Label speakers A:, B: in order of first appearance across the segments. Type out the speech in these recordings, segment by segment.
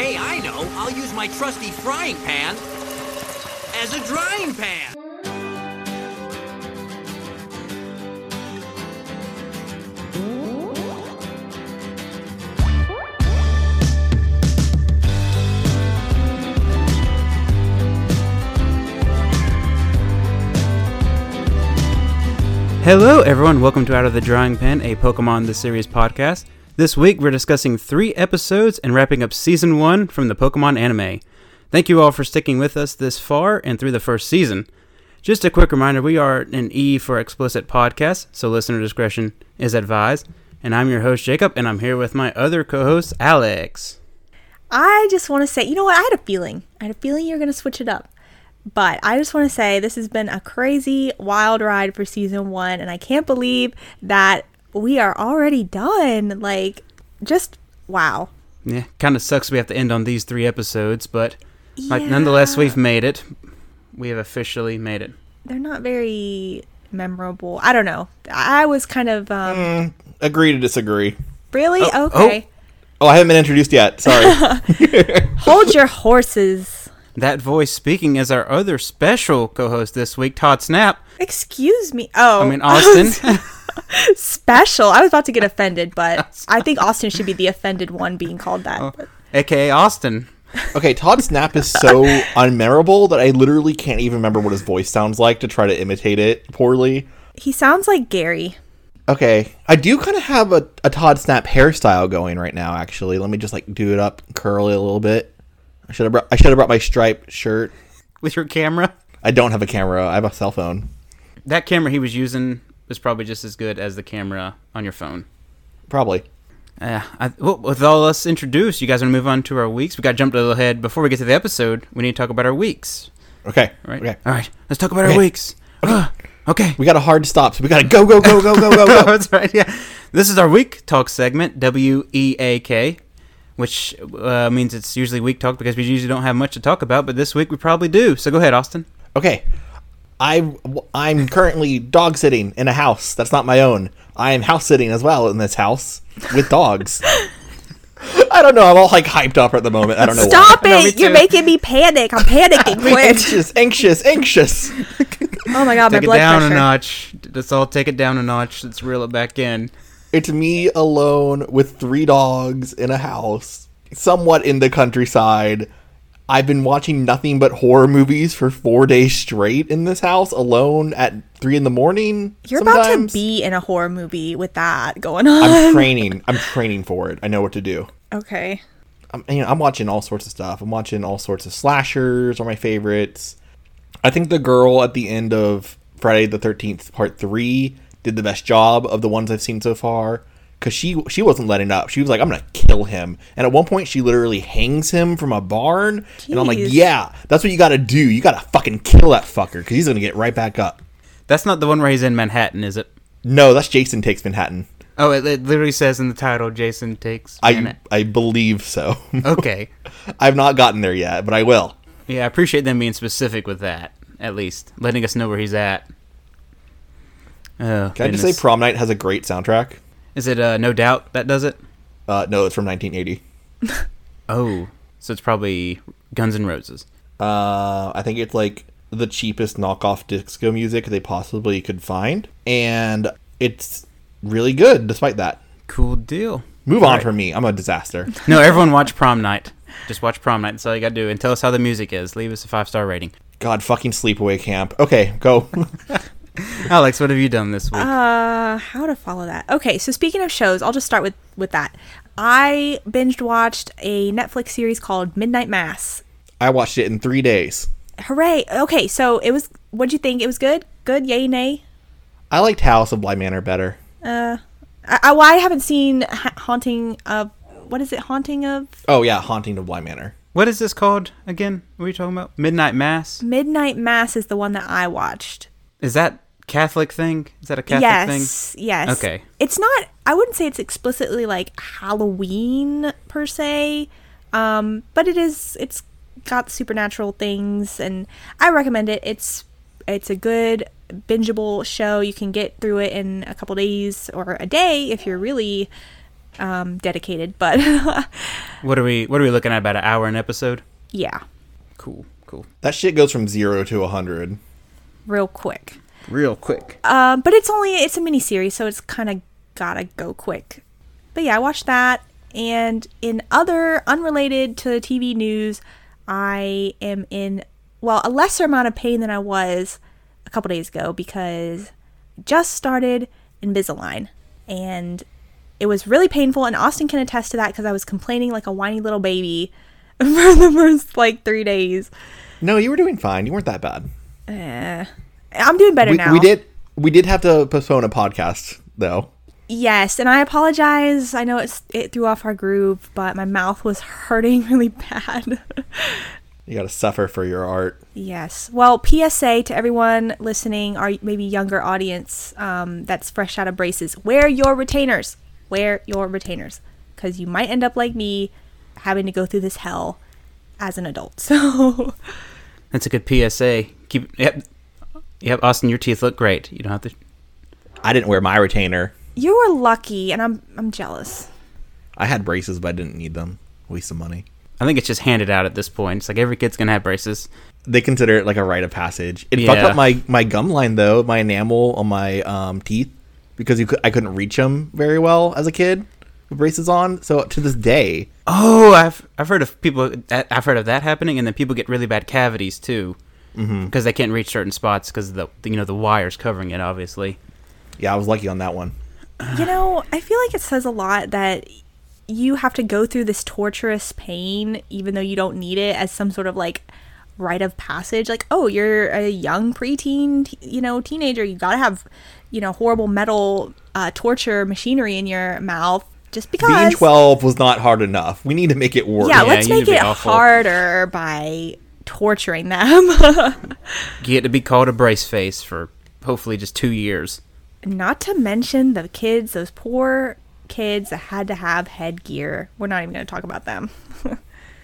A: Hey, I know. I'll use my trusty frying pan as a drying pan.
B: Hello, everyone. Welcome to Out of the Drawing Pen, a Pokemon the Series podcast. This week, we're discussing three episodes and wrapping up season one from the Pokemon anime. Thank you all for sticking with us this far and through the first season. Just a quick reminder we are an E for explicit podcast, so listener discretion is advised. And I'm your host, Jacob, and I'm here with my other co host, Alex.
C: I just want to say, you know what? I had a feeling. I had a feeling you were going to switch it up. But I just want to say this has been a crazy, wild ride for season one. And I can't believe that we are already done. Like, just wow.
B: Yeah, kind of sucks we have to end on these three episodes, but like, nonetheless, we've made it. We have officially made it.
C: They're not very memorable. I don't know. I was kind of, um,
D: Agree to disagree.
C: really?
B: Mm. oh.
C: okay.
D: Oh, I haven't been introduced yet. Sorry.
C: Hold your horses.
B: That voice speaking is our other special co-host this week, Todd Snap.
C: Excuse me. Oh.
B: I mean Austin.
C: special. I was about to get offended, but I think Austin should be the offended one being called that.
B: Oh.
C: but-
B: AKA Austin.
D: okay, Todd Snap is so unmemorable that I literally can't even remember what his voice sounds like to try to imitate it poorly.
C: He sounds like Gary.
D: Okay, I do kind of have a, a Todd Snap hairstyle going right now. Actually, let me just like do it up curly a little bit. I should have brought, I should have brought my striped shirt.
B: With your camera.
D: I don't have a camera. I have a cell phone.
B: That camera he was using was probably just as good as the camera on your phone.
D: Probably.
B: Uh, I, well, with all us introduced, you guys want to move on to our weeks. We got jumped a little ahead. Before we get to the episode, we need to talk about our weeks.
D: Okay.
B: Right?
D: Okay.
B: All right. Let's talk about
D: Okay.
B: our weeks. Ah, okay.
D: We got a hard stop, so we got to go, go, go, go, go, go, go.
B: That's right. Yeah. This is our week talk segment, W E A K, which uh, means it's usually week talk because we usually don't have much to talk about, but this week we probably do. So go ahead, Austin.
D: Okay. I I'm currently dog sitting in a house that's not my own. I am house sitting as well in this house with dogs. I don't know. I'm all like hyped up at the moment. I don't know. Why.
C: Stop
B: No, me
C: it! You're
B: too.
C: making me panic. I'm panicking.
D: I'm
C: Quit.
D: anxious, anxious, anxious.
C: Oh my god, my
B: Take it
C: blood
B: down
C: pressure.
B: a notch. Let's all take it down a notch. Let's reel it back in.
D: It's me alone with three dogs in a house, somewhat in the countryside. I've been watching nothing but horror movies for four days straight in this house alone at three in the morning.
C: You're about
D: sometimes.
C: to be in a horror movie with that going on.
D: I'm training. I'm training for it. I know what to do.
C: okay.
D: I'm, you know, I'm watching all sorts of stuff. I'm watching all sorts of slashers are my favorites. I think the girl at the end of Friday the Thirteenth Part Three did the best job of the ones I've seen so far because she she wasn't letting up. She was like, "I'm gonna kill him," and at one point she literally hangs him from a barn. And I'm like,
C: Jeez.
D: "Yeah, that's what you gotta do. You gotta fucking kill that fucker because he's gonna get right back up."
B: That's not the one where he's in Manhattan, is it?
D: No, that's Jason takes Manhattan.
B: Oh, it, it literally says in the title, Jason takes.
D: I
B: Manhattan.
D: I believe so.
B: okay.
D: I've not gotten there yet, but I will.
B: Yeah, I appreciate them being specific with that. At least letting us know where he's at. Oh,
D: Can I just say Prom Night has a great soundtrack?
B: Is it uh, no doubt that does it?
D: Uh, no, it's from 1980.
B: Oh, so it's probably Guns N' Roses.
D: Uh, I think it's like the cheapest knockoff disco music they possibly could find, and it's really good despite that.
B: Cool deal.
D: Move on
B: Alright.
D: from me. I'm a disaster.
B: No, everyone watch Prom Night. Just watch Prom Night. That's all you gotta do, and tell us how the music is. Leave us a five star rating.
D: God, fucking sleepaway camp. Okay, go.
B: Alex, what have you done this week?
C: Uh, how to follow that? Okay, so speaking of shows, I'll just start with with that. I binged watched a Netflix series called Midnight Mass.
D: I watched it in three days.
C: Hooray! Okay, so it was. What'd you think? It was good. Good. Yay. Nay.
D: I liked House of Bly Manor better.
C: I, I, well, I haven't seen ha- Haunting of. What is it? Haunting of
D: Oh yeah, Haunting of Bly Manor.
B: What is this called again? What are you talking about? Midnight Mass?
C: Midnight Mass is the one that I watched.
B: Is that Catholic thing? Is that a Catholic
C: yes,
B: thing?
C: yes.
B: Okay.
C: It's not. I wouldn't say it's explicitly like Halloween per se, um, but it is. It's got supernatural things, and I recommend it. It's it's a good bingeable show. You can get through it in a couple days or a day if you're really um, dedicated, but
B: What are we What are we looking at? About an hour an episode?
C: yeah,
B: Cool, cool.
D: That shit goes from zero to a hundred.
C: real quick.
B: Real quick.
C: Um, but it's only it's a mini series, so it's kind of gotta go quick. But yeah, I watched that. And in other unrelated to TV news, I am in well a lesser amount of pain than I was a couple days ago because I just started Invisalign, and it was really painful. And Austin can attest to that because I was complaining like a whiny little baby for the first like three days.
D: No, you were doing fine. You weren't that bad.
C: I'm doing better
D: We,
C: now.
D: we did we did have to postpone a podcast though.
C: Yes, and I apologize. I know it's, it threw off our groove, but my mouth was hurting really bad.
D: You got to suffer for your art.
C: yes. Well, PSA to everyone listening, our maybe younger audience um, that's fresh out of braces, wear your retainers. Wear your retainers because you might end up like me having to go through this hell as an adult. So,
B: That's a good PSA. Keep yep, yep. Austin, your teeth look great. You don't have to.
D: I didn't wear my retainer.
C: you were lucky, and I'm, I'm jealous.
D: I had braces, but I didn't need them. Waste of money.
B: I think it's just handed out at this point. It's like every kid's gonna have braces.
D: They consider it like a rite of passage. It
B: Yeah.
D: fucked up my my gum line though, my enamel on my um, teeth because you cou- I couldn't reach them very well as a kid with braces on. So to this day,
B: Oh, I've I've heard of people. That, I've heard of that happening, and then people get really bad cavities too, because
C: Mm-hmm.
B: they can't reach certain spots because the you know the wires covering it. Obviously,
D: yeah, I was lucky on that one.
C: You know, I feel like it says a lot that you have to go through this torturous pain, even though you don't need it, as some sort of like rite of passage. Like, oh, you're a young preteen, t- you know, teenager. You gotta have, you know, horrible metal uh, torture machinery in your mouth just because.
D: Being twelve was not hard enough. We need to make it work.
C: yeah,
B: Yeah,
C: let's
B: you need
C: make
B: to be
C: it
B: awful.
C: harder by torturing them.
B: you get to be called a brace face for hopefully just two years.
C: Not to mention the kids, those poor kids that had to have headgear. We're not even gonna talk about them.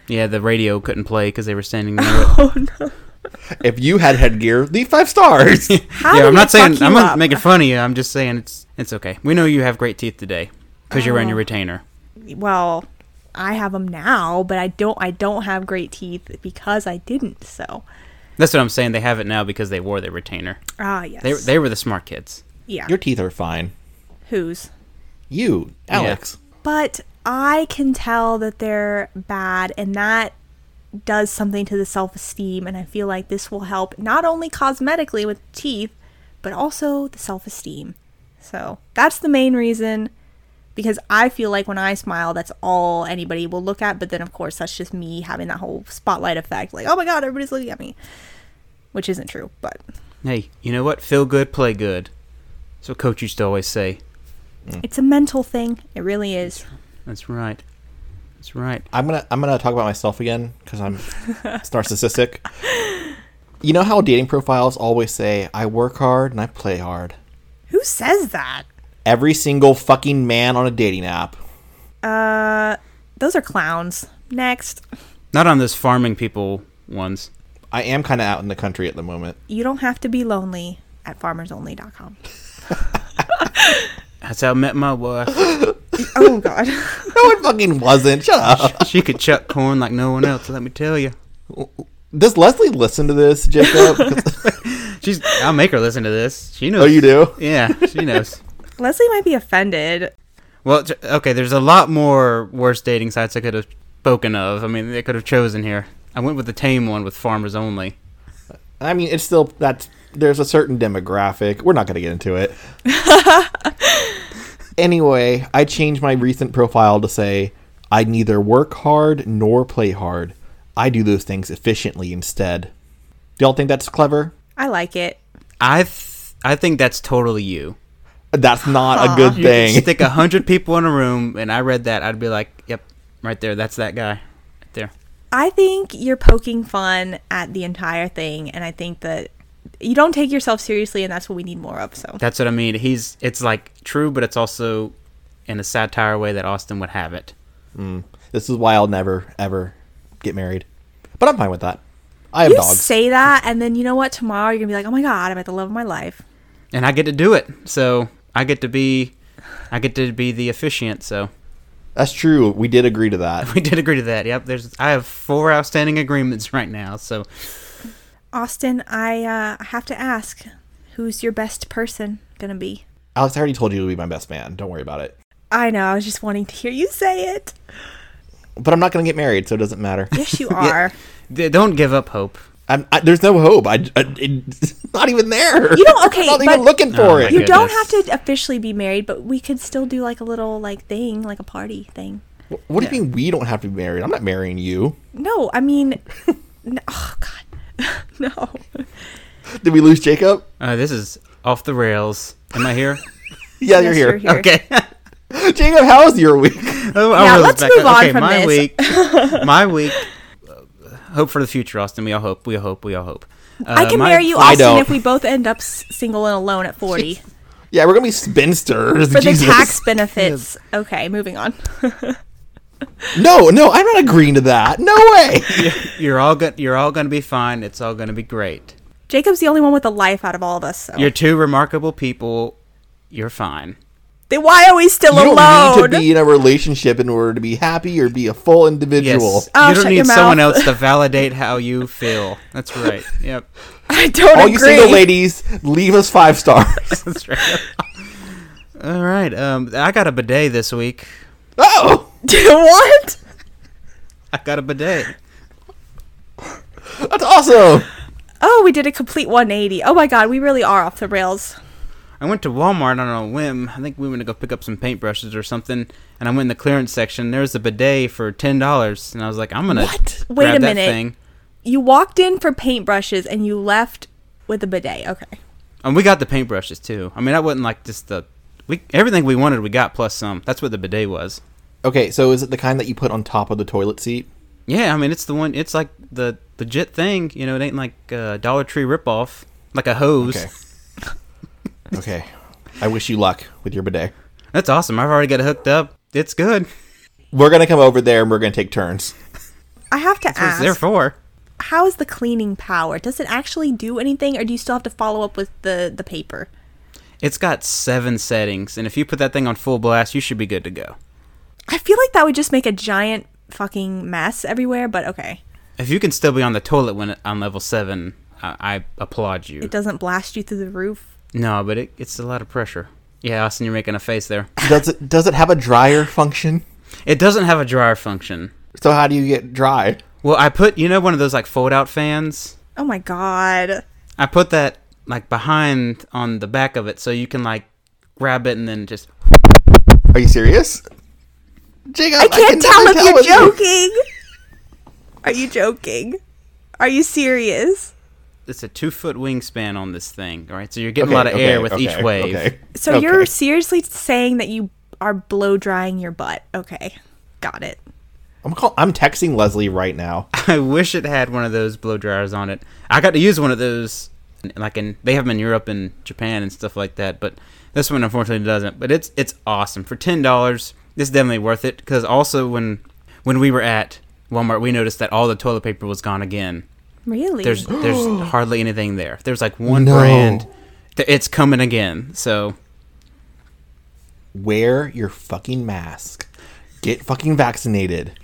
B: Yeah, the radio couldn't play because they were standing near it.
D: If you had headgear, leave five stars.
C: How
B: yeah,
C: did
B: I'm
C: it
B: not saying
C: fuck you
B: I'm not
C: up?
B: making fun of you. I'm just saying it's it's okay. We know you have great teeth today because you're
C: Oh.
B: wearing your retainer.
C: well i have them now but i don't i don't have great teeth because i didn't so
B: That's what I'm saying. They have it now because they wore their retainer.
C: ah yes
B: They they were the smart kids.
C: yeah
D: your teeth are fine.
C: who's
D: You, Alex.
C: but i can tell that they're bad and that does something to the self-esteem and i feel like this will help not only cosmetically with teeth but also the self-esteem so that's the main reason because i feel like when i smile that's all anybody will look at but then of course that's just me having that whole spotlight effect like oh my god everybody's looking at me which isn't true but
B: Hey, you know what? Feel good, play good. That's what coach used to always say.
C: it's a mental thing it really is
B: That's right. That's right.
D: I'm gonna I'm gonna talk about myself again because I'm narcissistic. You know how dating profiles always say, "I work hard and I play hard."
C: who says that
D: Every single fucking man on a dating app.
C: uh those are clowns next
B: Not on those farming people ones.
D: I am kind of out in the country at the moment.
C: you don't have to be lonely at farmersonly.com.
B: That's how I met my wife.
C: Oh god.
D: No, it fucking wasn't. Shut up.
B: she could chuck corn like no one else. Let me tell you.
D: Does Leslie listen to this, Jacob? 'Cause-
B: She's. I'll make her listen to this. She knows.
D: oh, you do.
B: Yeah, she knows.
C: Leslie might be offended.
B: well, j- okay. There's a lot more worse dating sites I could have spoken of. I mean, they could have chosen here. I went with the tame one with farmers only.
D: I mean, it's still that's there's a certain demographic. We're not going to get into it. anyway, I changed my recent profile to say I neither work hard nor play hard. I do those things efficiently instead. Do y'all think that's clever?
C: I like it.
B: I th- I think that's totally you.
D: That's not a good thing.
B: Stick a hundred people in a room, and I read that, I'd be like, "Yep, right there. That's that guy, right there."
C: I think you're poking fun at the entire thing and I think that you don't take yourself seriously and that's what we need more of. So
B: That's what I mean. He's it's like true, but it's also in a satire way that Austin would have it.
D: this is why I'll never ever get married. But I'm fine with that. I have
C: you
D: dogs.
C: say that and then you know what tomorrow you're going to be like, "Oh my god, I'm at the love of my life."
B: And I get to do it, so I get to be, I get to be the officiant. So
D: That's true. We did agree to that.
B: We did agree to that. Yep. There's I have four outstanding agreements right now. So
C: Austin, I uh, have to ask, who's your best person gonna be?
D: Alex, I already told you to be my best man. Don't worry about it.
C: I know. I was just wanting to hear you say it.
D: But I'm not going to get married, so it doesn't matter.
C: Yes, you are.
B: d- don't give up hope.
D: I'm, I, there's no hope. I, I- it's not even there.
C: You don't- okay,
D: I'm not
C: but-
D: even looking for
B: Oh my
D: it.
C: You don't have
B: Goodness.
C: to officially be married, but we could still do like a little like thing, like a party thing.
D: What do you mean we don't have to be married? I'm not marrying you.
C: No, I mean, no, oh god, no.
D: Did we lose Jacob?
B: Uh, this is off the rails. Am I here?
D: Yeah, you're
C: Yes,
D: here.
C: you're here.
B: Okay.
D: Jacob, how is your week?
B: Oh, I
C: Now,
B: was
C: let's
B: back-
C: move on
B: okay,
C: from
B: my
C: this.
B: week. My week. uh, Hope for the future, Austin. We all hope. We all hope. We all hope. Uh,
C: I can
B: my-
C: marry you,
D: I
C: Austin,
D: don't.
C: if we both end up s- single and alone at forty
D: Yeah, we're going to be spinsters.
C: for
D: Jesus.
C: the tax benefits. Okay, moving on.
D: No, no, I'm not agreeing to that. No way.
B: You're all good. You're all going to be fine. It's all going to be great.
C: Jacob's the only one with a life out of all of us. So.
B: You're two remarkable people. You're fine.
C: Then why are we still
D: You don't need
C: alone?
D: to be in a relationship in order to be happy or be a full
B: Yes.
D: individual.
C: Oh,
B: you don't
C: shut
B: need
C: your
B: someone
C: mouth.
B: else to validate how you feel. That's right. Yep.
C: I don't
D: All
C: agree.
D: you single ladies, leave us five stars.
B: That's right. All right. Um, I got a bidet this week.
D: oh,
C: what?
B: I got a bidet.
D: that's awesome.
C: Oh, we did a complete 180. Oh my god, we really are off the rails.
B: I went to Walmart on a whim. I think we went to go pick up some paintbrushes or something, and I went in the clearance section. There was a bidet for ten dollars, and I was like, "I'm gonna
D: What?
B: grab
C: Wait a
B: that
C: minute.
B: thing."
C: You walked in for paintbrushes and you left with a bidet. Okay.
B: And we got the paintbrushes too. I mean, I wasn't like just the we everything we wanted. We got plus some. That's what the bidet was.
D: Okay, so is it the kind that you put on top of the toilet seat?
B: Yeah, I mean, it's the one. It's like the legit thing. You know, it ain't like a Dollar Tree ripoff, like a hose.
D: Okay. okay. I wish you luck with your bidet.
B: That's awesome. I've already got it hooked up. It's good.
D: We're gonna come over there and we're gonna take turns.
C: I have to
B: That's what it's there
C: ask,
B: for.
C: how is the cleaning power? Does it actually do anything or do you still have to follow up with the the paper?
B: It's got seven settings, and if you put that thing on full blast, you should be good to go.
C: I feel like that would just make a giant fucking mess everywhere, but okay.
B: If you can still be on the toilet when on level seven, I, I applaud you.
C: It doesn't blast you through the roof.
B: no, but it, it's a lot of pressure. Yeah, Austin, you're making a face there.
D: Does it does it have a dryer function?
B: It doesn't have a dryer function.
D: So how do you get dry?
B: Well, I put you know one of those like fold out fans.
C: Oh my god.
B: I put that like behind on the back of it so you can like grab it and then just.
D: Are you serious? Jacob,
C: I can't tell
D: never
C: if you're
D: with you.
C: joking. Are you joking? Are you serious?
B: It's a two foot wingspan on this thing, all right? So you're getting
D: Okay,
B: a lot of
D: okay,
B: air with each
D: okay,
B: wave.
D: okay.
C: So
D: Okay.
C: you're seriously saying that you are blow drying your butt. Okay. Got it.
D: I'm call- I'm texting Leslie right now.
B: I wish it had one of those blow dryers on it. I got to use one of those, like in they have them in Europe and Japan and stuff like that. But this one unfortunately doesn't. But it's it's awesome for ten dollars. This is definitely worth it because also when when we were at Walmart, we noticed that all the toilet paper was gone again.
C: Really?
B: There's there's hardly anything there. There's like one
D: No.
B: brand. Th- It's coming again. So
D: Wear your fucking mask. Get fucking vaccinated.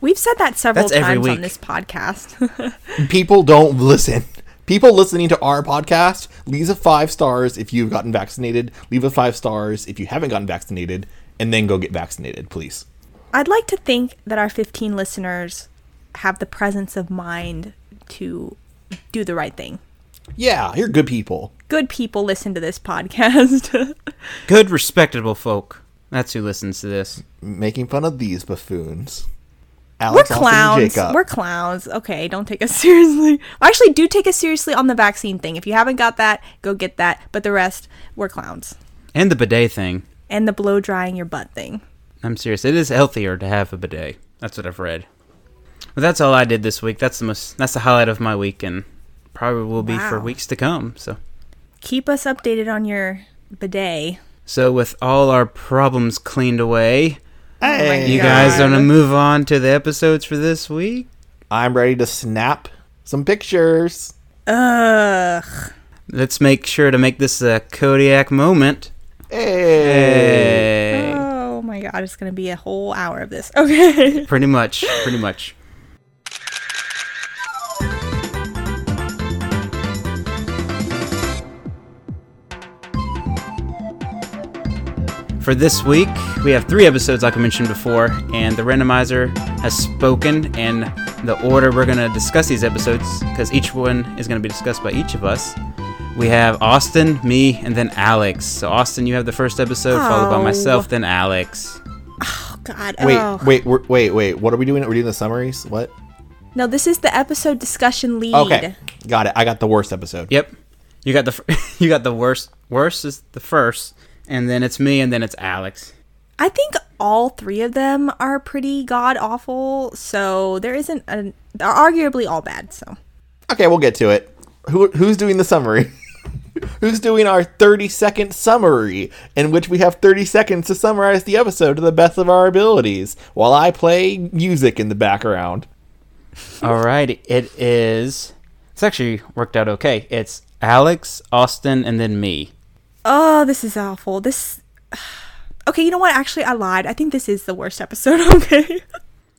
C: We've said that several
B: That's every
C: times
B: week.
C: on this podcast.
D: People don't listen. People listening to our podcast, leave a five stars if you've gotten vaccinated. Leave a five stars if you haven't gotten vaccinated, and then go get vaccinated, please.
C: I'd like to think that our 15 listeners have the presence of mind to do the right thing.
D: Yeah, you're good people.
C: Good people listen to this podcast.
B: good respectable folk. That's who listens to this.
D: making fun of these buffoons.
C: We're
D: Alex, Austin, and
C: clowns.
D: Jacob.
C: We're clowns. Okay, don't take us seriously. Actually, do take us seriously on the vaccine thing. If you haven't got that, go get that. But the rest, we're clowns.
B: And the bidet thing.
C: And the blow drying your butt thing.
B: I'm serious. It is healthier to have a bidet. That's what I've read. But that's all I did this week. That's the most. That's the highlight of my week, and probably will be for
C: Wow.
B: weeks to come. So,
C: Keep us updated on your bidet.
B: so with all our problems cleaned away,
D: Hey,
B: you guys want to move on to the episodes for this week?
D: I'm ready to snap some pictures.
C: Ugh.
B: Let's make sure to make this a Kodiak moment.
D: Hey.
B: Hey.
C: Oh my my god, it's gonna be a whole hour of this. Okay.
B: Pretty much. Pretty much. For this week, we have three episodes, like I mentioned before, and the randomizer has spoken. And the order we're going to discuss these episodes, because each one is going to be discussed by each of us. We have Austin, me, and then Alex. So, Austin, you have the first episode, followed by
C: Oh.
B: myself, then Alex.
C: Oh god.
D: Wait,
C: oh.
D: wait, we're, wait, wait. What are we doing? We're doing the summaries. What?
C: No, this is the episode discussion lead.
D: Okay, got it. I got the worst episode.
B: Yep. You got the fir- you got the worst. Worst is the first, and then it's me, and then it's Alex.
C: I think all three of them are pretty god awful, so there isn't an they're arguably all bad, so
D: Okay, we'll get to it. Who who's doing the summary? who's doing our 30 second summary in which we have 30 seconds to summarize the episode to the best of our abilities while I play music in the background.
B: All right, it is. It's actually worked out okay. It's Alex, Austin, and then me.
C: Oh, this is awful. This Okay, you know what? Actually I lied. I think this is the worst episode, okay?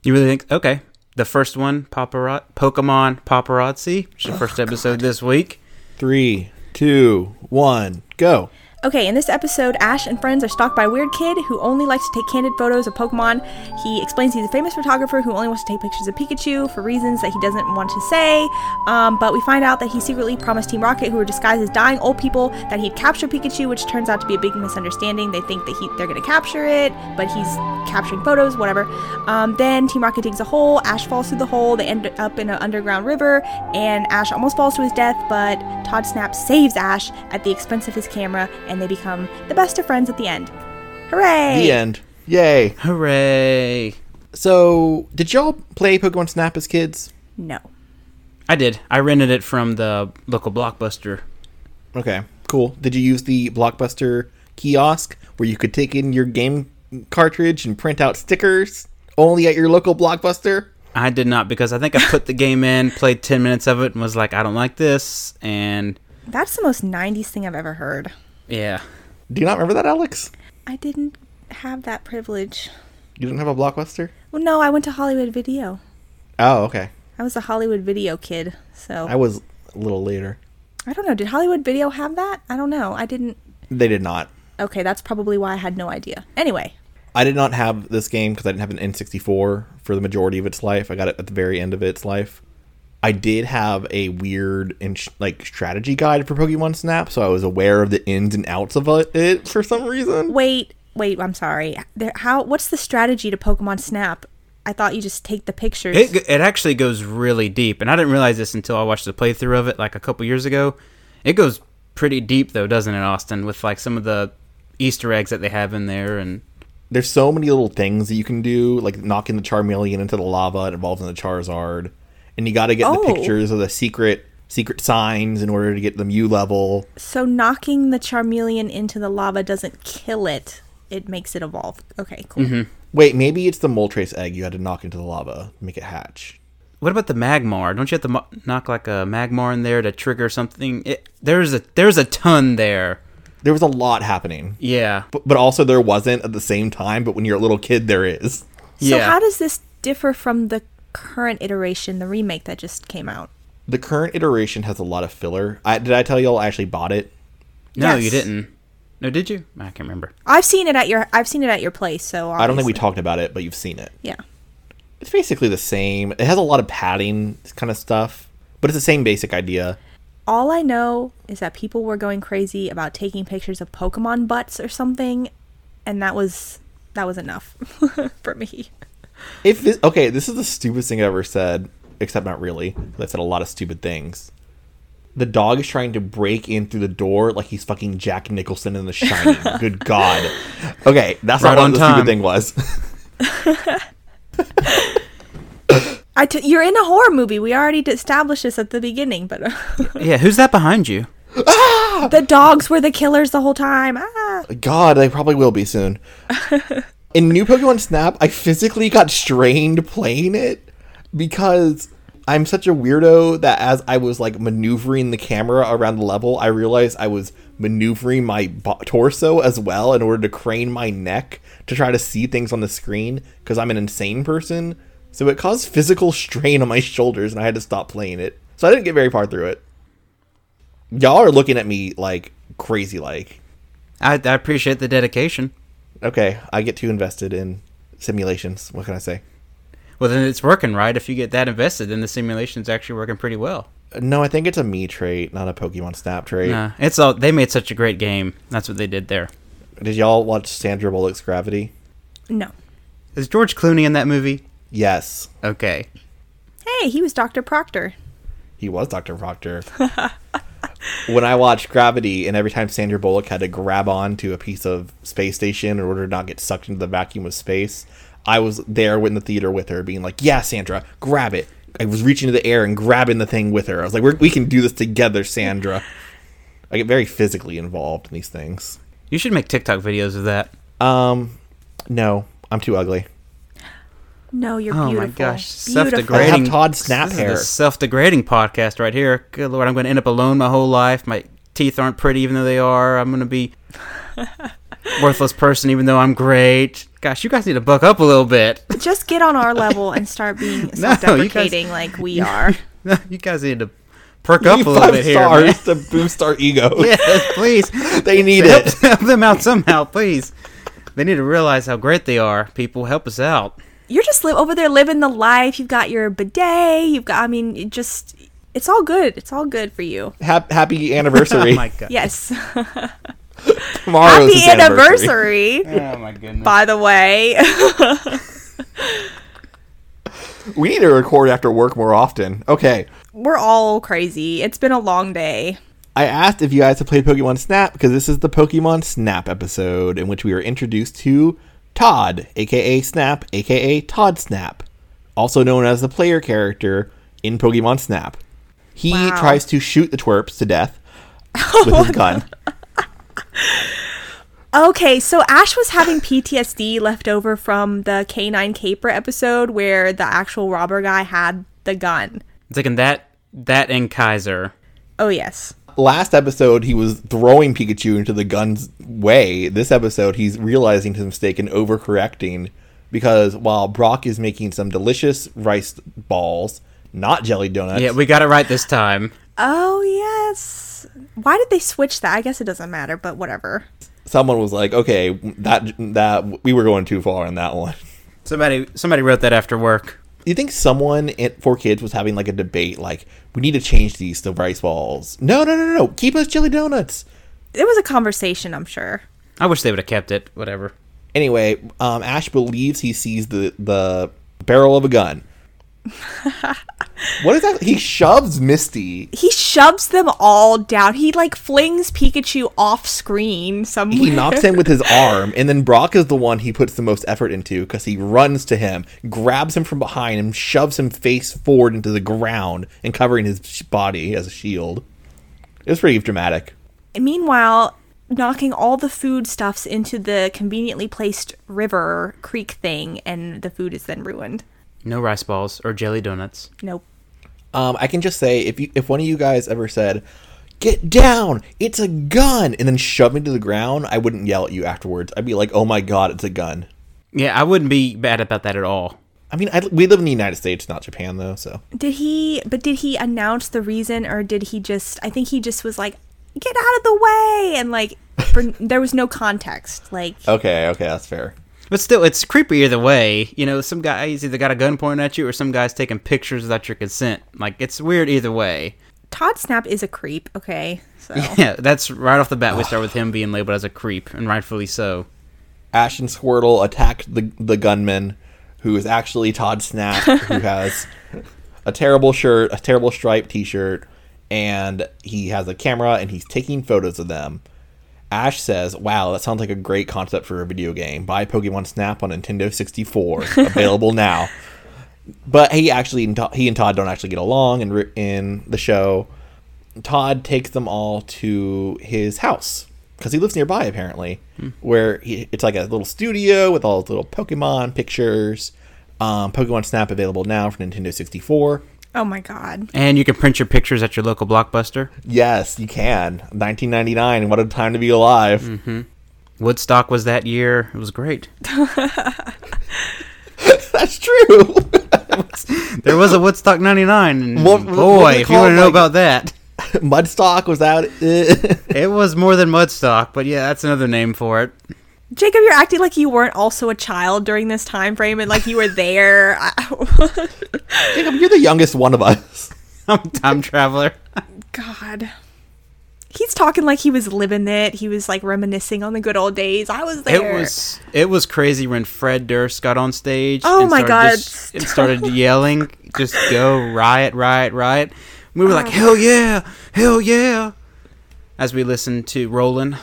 B: You really think? Okay, the first one, paparazzi, Pokemon paparazzi, which is the first episode this week.
D: Three, two, one, go.
C: Okay, in this episode, Ash and friends are stalked by a weird kid who only likes to take candid photos of Pokemon. He explains he's a famous photographer who only wants to take pictures of Pikachu for reasons that he doesn't want to say. Um, but we find out that he secretly promised Team Rocket, who were disguised as dying old people, that he'd capture Pikachu, which turns out to be a big misunderstanding. They think that he, they're going to capture it, but he's capturing photos, whatever. Um, then Team Rocket digs a hole. Ash falls through the hole. They end up in an underground river, and Ash almost falls to his death, but Todd Snap saves Ash at the expense of his camera, and they become the best of friends at the end. Hooray!
D: The end. Yay.
B: Hooray!
D: So, did y'all play Pokemon Snap as kids?
C: No.
B: I did. I rented it from the local blockbuster.
D: Okay, cool. Did you use the Blockbuster kiosk where you could take in your game cartridge and print out stickers only at your local Blockbuster?
B: I did not because I think I put the game in, played ten minutes of it, and was like, I don't like this, and
C: That's the most 90s thing I've ever heard.
B: yeah.
D: Do you not remember that, Alex?
C: I didn't have that privilege.
D: You didn't have a Blockbuster?
C: Well, no, I went to Hollywood Video.
D: Oh, okay.
C: I was a Hollywood Video kid, so.
D: I was a little later.
C: I don't know. Did Hollywood Video have that? I don't know. I didn't.
D: They did not.
C: Okay, that's probably why I had no idea. Anyway,
D: I did not have this game because I didn't have an N64 for the majority of its life. I got it at the very end of its life. I did have a weird and sh- like strategy guide for Pokemon Snap, so I was aware of the ins and outs of it for some reason.
C: wait, wait. I'm sorry. There, how? What's the strategy to Pokemon Snap? I thought you just take the pictures.
B: It, it actually goes really deep, and I didn't realize this until I watched the playthrough of it like a couple years ago. It goes pretty deep, though, doesn't it, Austin? With like some of the Easter eggs that they have in there, and
D: There's so many little things that you can do, like knocking the Charmeleon into the lava. It involves in the Charizard, and you got to get
C: Oh.
D: the pictures of the secret secret signs in order to get the Mew level.
C: so knocking the Charmeleon into the lava doesn't kill it. It makes it evolve. Okay, cool.
D: Mm-hmm. Wait, maybe it's the Moltres egg you had to knock into the lava to make it hatch.
B: what about the Magmar? Don't you have to mo- knock like a Magmar in there to trigger something? It, there's a there's a ton there.
D: There was a lot happening,
B: Yeah,
D: but, but also there wasn't at the same time. But when you're a little kid, there is.
C: So
B: yeah.
C: how does this differ from the current iteration, the remake that just came out?
D: The current iteration has a lot of filler. I, did I tell y'all I actually bought it?
B: no,
C: Yes.
B: you didn't. No, did you? I can't remember.
C: I've seen it at your. I've seen it at your place. So
D: I don't think we
C: obviously-
D: talked about it, but you've seen it.
C: Yeah.
D: It's basically the same. It has a lot of padding kind of stuff, but it's the same basic idea.
C: All I know is that people were going crazy about taking pictures of Pokemon butts or something, and that was that was enough for me.
D: If this, okay, this is the stupidest thing I ever said, except not really. 'cause I said a lot of stupid things. The dog is trying to break in through the door like he's fucking Jack Nicholson in The Shining. Good God. Okay, that's
B: Right
D: not what
B: on
D: the
B: time.
D: stupid thing was.
C: I t- you're in a horror movie. We already d- established this at the beginning, but
B: Yeah, who's that behind you?
C: the dogs were the killers the whole time. Ah.
D: God, I probably will be soon. In New Pokemon Snap, I physically got strained playing it because I'm such a weirdo that as I was like maneuvering the camera around the level, I realized I was maneuvering my bo- torso as well in order to crane my neck to try to see things on the screen because I'm an insane person. So it caused physical strain on my shoulders and I had to stop playing it. So I didn't get very far through it. Y'all are looking at me like crazy like.
B: I, I appreciate the dedication.
D: Okay, I get too invested in simulations. What can I say?
B: Well, then it's working, right? If you get that invested, then the simulation's actually working pretty well.
D: No, I think it's a me trait, not a Pokemon Snap trait.
B: Nah, it's all they made such a great game. That's what they did there.
D: Did y'all watch Sandra Bullock's Gravity?
C: No.
B: Is George Clooney in that movie?
D: Yes,
B: Okay.
C: Hey, he was Dr. Proctor.
D: he was Dr. Proctor. when I watched Gravity, and every time Sandra Bullock had to grab on to a piece of space station in order to not get sucked into the vacuum of space, I was there in the theater with her, being like, "Yeah, Sandra, grab it." I was reaching to the air and grabbing the thing with her. I was like, We're, "We can do this together, Sandra." I get very physically involved in these things.
B: You should make TikTok videos of that.
D: Um, no, I'm too ugly.
C: No, you're
B: Oh
C: beautiful.
B: my gosh,
C: Beautiful.
D: I
B: self-degrading.
D: have Todd Snap
B: this
D: hair.
B: is a self-degrading podcast right here. Good lord, I'm going to end up alone my whole life. My teeth aren't pretty, even though they are. I'm going to be worthless person, even though I'm great. Gosh, you guys need to buck up a little bit.
C: Just get on our level and start being self-deprecating like we are.
B: you guys need to perk up a
D: Give
B: little
D: five
B: bit here, man.
D: stars to boost our ego.
B: Yes, please.
D: They need
B: help,
D: it.
B: help them out somehow, please. They need to realize how great they are. People, help us out.
C: You're just live over there living the life. You've got your bidet. You've got. I mean, it just it's all good. It's all good for you.
D: Hap- happy anniversary.
B: Oh my god.
C: Yes.
D: Tomorrow's
C: Happy
D: Oh, his
C: anniversary,
B: Oh my goodness.
C: by the way.
D: We need to record after work more often. Okay.
C: We're all crazy. It's been a long day.
D: I asked if you guys have played Pokemon Snap because this is the Pokemon Snap episode in which we were introduced to Todd, aka Snap, aka Todd Snap, also known as the player character in Pokemon Snap. He
C: Wow.
D: tries to shoot the twerps to death
B: Oh
D: with his gun.
C: Okay, so Ash was having PTSD left over from the K9 Caper episode where the actual robber guy had the gun.
B: Taking that that and Kaiser.
C: Oh, yes.
D: last episode he was throwing Pikachu into the gun's way. This episode he's realizing his mistake and overcorrecting because while Brock is making some delicious rice balls, not jelly donuts.
B: Yeah, we got it right this time.
C: Oh, yes. Why did they switch that? I guess it doesn't matter, but whatever.
D: someone was like, "Okay, that that we were going too far on that one."
B: Somebody somebody wrote that after work.
D: Do you think someone at Four Kids was having like a debate, like we need to change these to rice balls? No, no, no, no, no. Keep us jelly donuts.
C: It was a conversation, I'm sure.
B: I wish they would have kept it. Whatever.
D: Anyway, um, Ash believes he sees the the barrel of a gun. what is that? He shoves Misty.
C: He shoves them all down. He like flings Pikachu off screen somewhere.
D: He knocks him with his arm, and then Brock is the one he puts the most effort into because he runs to him, grabs him from behind, and shoves him face forward into the ground and covering his sh- body as a shield. It was pretty dramatic.
C: Meanwhile, knocking all the food stuffs into the conveniently placed river creek thing, and the food is then ruined.
B: No rice balls or jelly donuts.
C: Nope.
D: Um, I can just say if you, if one of you guys ever said, "Get down, it's a gun," and then shove me to the ground, I wouldn't yell at you afterwards. I'd be like, "Oh my god, it's a gun."
B: Yeah, I wouldn't be bad about that at all.
D: I mean, I, we live in the United States, not Japan, though. So
C: Did he, but did he announce the reason or did he just, I think he just was like, get out of the way. And like, for, there was no context. Like,
D: okay, okay, that's fair.
B: But still, it's creepy either way. You know, some guy's either got a gun pointed at you or some guy's taking pictures without your consent. Like, it's weird either way.
C: Todd Snap is a creep. Okay. So
B: Yeah, that's right off the bat. We start with him being labeled as a creep, and rightfully so.
D: Ash and Squirtle attacked the the gunman, who is actually Todd Snap, who has a terrible shirt, a terrible striped T-shirt, and he has a camera and he's taking photos of them. Ash says, "Wow, that sounds like a great concept for a video game. Buy Pokemon Snap on Nintendo 64, available now." But he actually he and Todd don't actually get along in re- in the show. Todd takes them all to his house because he lives nearby, apparently, where he, it's like a little studio with all his little Pokemon pictures. Um, Pokemon Snap available now for Nintendo 64.
C: Oh my god.
B: And you can print your pictures at your local blockbuster.
D: Yes, you can. 1999. What a time to be alive.
B: Woodstock was that year. It was great.
D: That's true.
B: There was a Woodstock 99. And
D: What- what-
B: boy,
D: what they
B: if you
D: call
B: want to
D: it,
B: know
D: like-
B: about that.
D: Mudstock was out.
B: It was more than Mudstock, but yeah, that's another name for it.
C: Jacob, you're acting like you weren't also a child during this time frame and like you were there. I-
D: Jacob, you're the youngest one of us.
B: I'm a time traveler.
C: God. He's talking like he was living it. He was like reminiscing on the good old days. I was
B: It
C: there.
B: was it was crazy when Fred Durst got on stage.
C: Oh
B: and
C: my
B: started
C: God,
B: Just, and started yelling, "Just go riot, riot, riot!" We were
C: Oh.
B: like, "Hell yeah, hell yeah!" As we listened to Roland,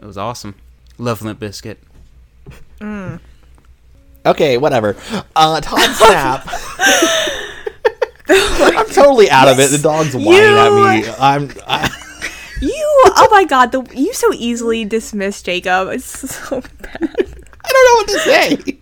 B: it was awesome. Love Limp Biscuit.
D: Okay, whatever. Uh, Todd Snap. I'm totally out of it. The dog's whining at me. I'm. I,
C: You, oh my God, the you so easily dismiss Jacob. It's so bad.
D: I don't know what to say.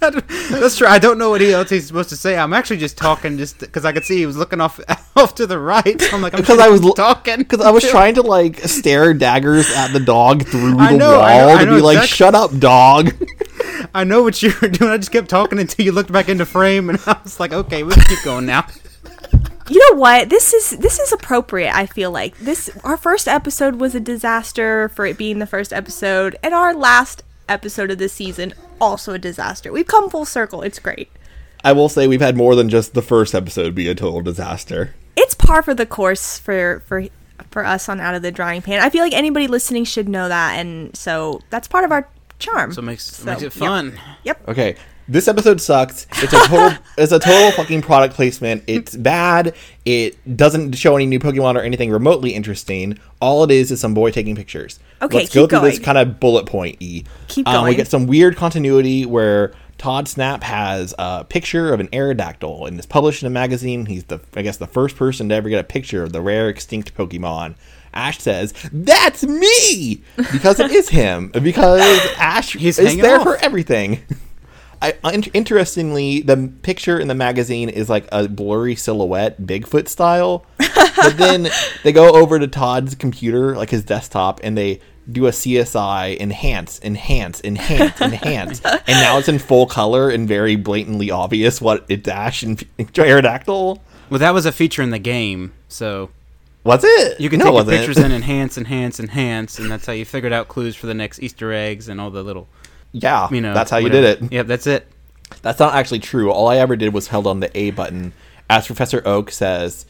B: That's true. I don't know what he else he's supposed to say. I'm actually just talking just because I could see he was looking off off to the right. So I'm like, I'm
D: Because I was l-
B: talking
D: Because I was trying to like stare daggers at the dog through the
B: I know,
D: wall
B: I know- I
D: to
B: know
D: be like,
B: exact-
D: "Shut up, dog."
B: I know what you were doing. I just kept talking until you looked back into frame, and I was like, okay, we can keep going now.
C: You know what? This is this is appropriate. I feel like this. Our first episode was a disaster for it being the first episode, and our last episode of this season also a disaster. We've come full circle. It's great.
D: I will say we've had more than just the first episode be a total disaster.
C: it's par for the course for for for us on out of the drying pan. I feel like anybody listening should know that, and so that's part of our charm.
B: So it makes, it
C: So,
B: makes
C: yep.
B: it fun.
C: Yep.
D: Okay, this episode sucked. It's a total. it's a total fucking product placement. It's bad. It doesn't show any new Pokemon or anything remotely interesting. All it is is some boy taking pictures.
C: Okay,
D: let's go
C: keep
D: through this
C: going.
D: kind of bullet point. E.
C: Keep
D: Um, we
C: going.
D: get some weird continuity where Todd Snap has a picture of an Aerodactyl and is published in a magazine. He's the, I guess, the first person to ever get a picture of the rare extinct Pokemon. Ash says, "That's me," because it is him. Because Ash
B: He's
D: is
B: hanging
D: there
B: off.
D: for everything. I, in- interestingly, the picture in the magazine is like a blurry silhouette, Bigfoot style. but then they go over to Todd's computer, like his desktop, and they do a CSI enhance, enhance, enhance, enhance. and now it's in full color and very blatantly obvious what it's Ash and Aerodactyl.
B: Well, that was a feature in the game, so
D: Was it?
B: you can
D: No,
B: take
D: it
B: your
D: wasn't.
B: pictures and enhance, enhance, enhance, and that's how you figured out clues for the next Easter eggs and all the little,
D: yeah,
B: you know.
D: that's how you
B: whatever.
D: did it.
B: Yep, that's it.
D: That's not actually true. All I ever did was held on the A button. As Professor Oak says,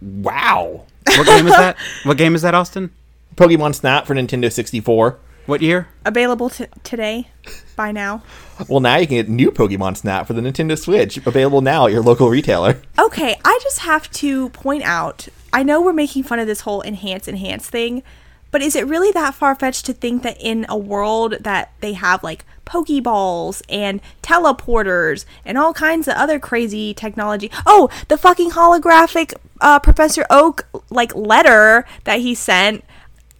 D: "Wow."
B: What game is that? What game is that, Austin?
D: Pokemon Snap for Nintendo 64.
B: What year?
C: Available t- today, by now.
D: Well, now you can get new Pokemon Snap for the Nintendo Switch, available now at your local retailer.
C: Okay, I just have to point out. I know we're making fun of this whole enhance enhance thing, but is it really that far fetched to think that in a world that they have like pokeballs and teleporters and all kinds of other crazy technology? Oh, the fucking holographic uh, Professor Oak like letter that he sent.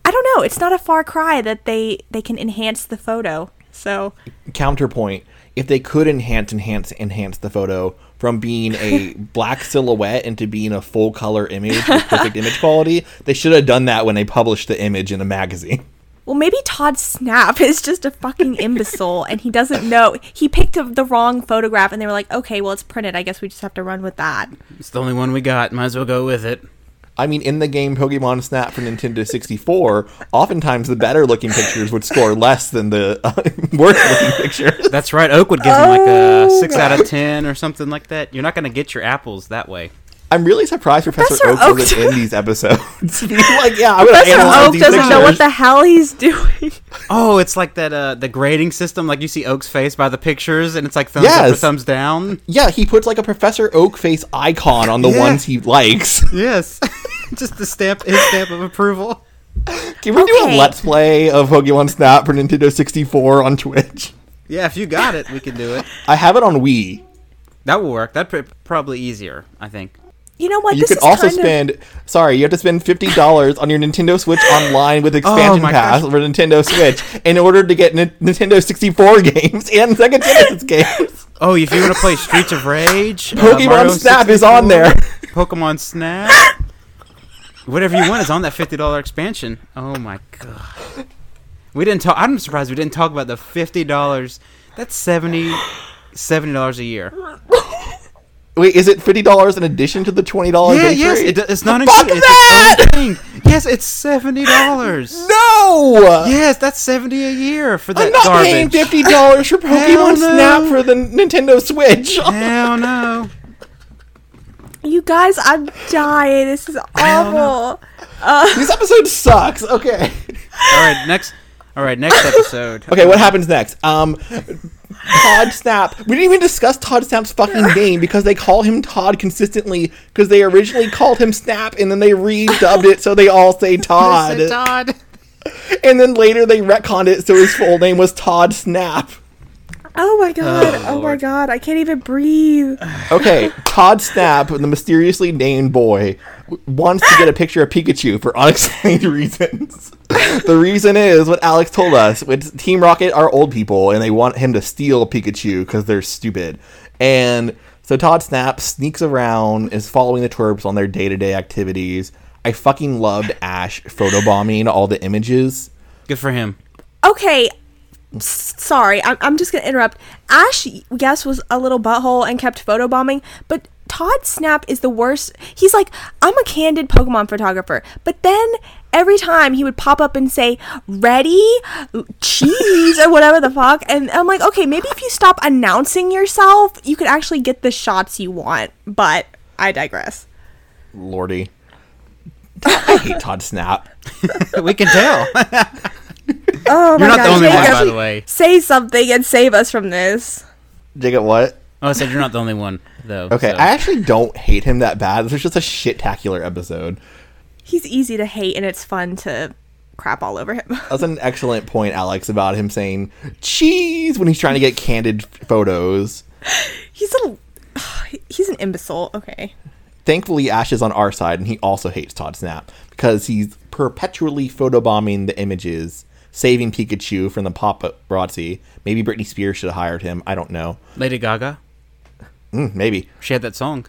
C: I don't know. It's not a far cry that they they can enhance the photo. So
D: Counterpoint: If they could enhance, enhance, enhance the photo from being a black silhouette into being a full color image with perfect image quality, they should have done that when they published the image in a magazine.
C: Well, maybe Todd Snap is just a fucking imbecile and he doesn't know. He picked up the wrong photograph and they were like, okay, well, it's printed. I guess we just have to run with that.
B: It's the only one we got. Might as well go with it.
D: I mean, in the game Pokemon Snap for Nintendo 64, oftentimes the better looking pictures would score less than the uh, worse looking pictures.
B: That's right. Oak would give him like a six out of ten or something like that. You're not gonna get your apples that way.
D: I'm really surprised Professor,
C: Professor
D: Oak wasn't
C: Oak-
D: in these episodes. He's like, yeah, I'm gonna
C: Professor
D: analyze
C: Oak
D: these
C: doesn't know what
D: pictures.
C: the hell he's doing.
B: Oh, it's like that uh the grading system. Like you see Oak's face by the pictures, and it's like thumbs up or
D: Yes.
B: thumbs down.
D: Yeah, he puts like a Professor Oak face icon on the
B: Yeah.
D: ones he likes.
B: Yes, just the stamp his stamp of approval.
D: Can we do a
C: Okay.
D: Let's Play of Pokemon Snap for Nintendo 64 on Twitch?
B: Yeah, if you got it, we can do it.
D: I have it on Wii.
B: That will work. That'd pr- probably easier, I think.
C: You know what?
D: You
C: this
D: could
C: is
D: also
C: kind of-
D: spend. Sorry, you have to spend fifty dollars on your Nintendo Switch Online with expansion
B: Oh my
D: pass
B: gosh.
D: for Nintendo Switch in order to get N- Nintendo sixty four games and Sega Genesis games.
B: Oh, if you want to play Streets of Rage, uh, Mario
D: Pokemon Snap is
B: 64,
D: on there.
B: Pokemon Snap, whatever you want is on that fifty dollar expansion. Oh my god, we didn't talk. I'm surprised we didn't talk about the fifty dollars. That's 70 dollars a year.
D: Wait, is it fifty dollars in addition to the twenty dollars?
B: Yeah, yes, it, do- it's not
D: Fuck
B: included.
D: that!
B: It's its own thing. Yes, it's seventy dollars.
D: no.
B: Yes, that's seventy a year for that
D: I'm not
B: garbage.
D: paying fifty dollars for
B: Hell
D: Pokemon Snap
B: no.
D: for the Nintendo Switch.
B: Hell no.
C: You guys, I'm dying. This is awful.
D: this episode sucks. Okay.
B: All right, next. All right, next episode.
D: Okay, what happens next? Um Todd Snap. We didn't even discuss Todd Snap's fucking name because they call him Todd consistently because they originally called him Snap and then they redubbed it so they all say Todd.
B: Todd.
D: And then later they retconned it so his full name was Todd Snap.
C: Oh my god. Oh, my
B: Lord.
C: god. I can't even breathe.
D: Okay, Todd Snap, the mysteriously named boy, w- wants to get a picture of Pikachu for unexplained reasons. the reason is what Alex told us, which Team Rocket are old people and they want him to steal Pikachu because they're stupid. And so Todd Snap sneaks around, is following the twerps on their day to day activities. I fucking loved Ash photobombing all the images.
B: Good for him.
C: Okay. s- Sorry, I'm, I'm just gonna interrupt. Ash, yes, was a little butthole and kept photobombing, but Todd Snap is the worst. He's like, I'm a candid Pokemon photographer, but then every time he would pop up and say, "Ready, cheese," or whatever the fuck, and I'm like, okay, maybe if you stop announcing yourself, you could actually get the shots you want. But I digress.
D: Lordy. I hate Todd Snap.
B: We can tell.
C: Oh
B: You're
C: my
B: not
C: god!
B: the only one,
C: Jacob,
B: by the way.
C: Say something and save us from this.
D: Jacob, what?
B: Oh, I said you're not the only one, though.
D: Okay,
B: so.
D: I actually don't hate him that bad. This was just a shit-tacular episode.
C: he's easy to hate and it's fun to crap all over him.
D: That's an excellent point, Alex, about him saying cheese when he's trying to get candid photos.
C: he's a he's an imbecile. Okay.
D: Thankfully, Ash is on our side, and he also hates Todd Snap because he's perpetually photobombing the images, saving Pikachu from the paparazzi. Maybe Britney Spears should have hired him. I don't know.
B: Lady Gaga.
D: Mm, maybe.
B: She had that song.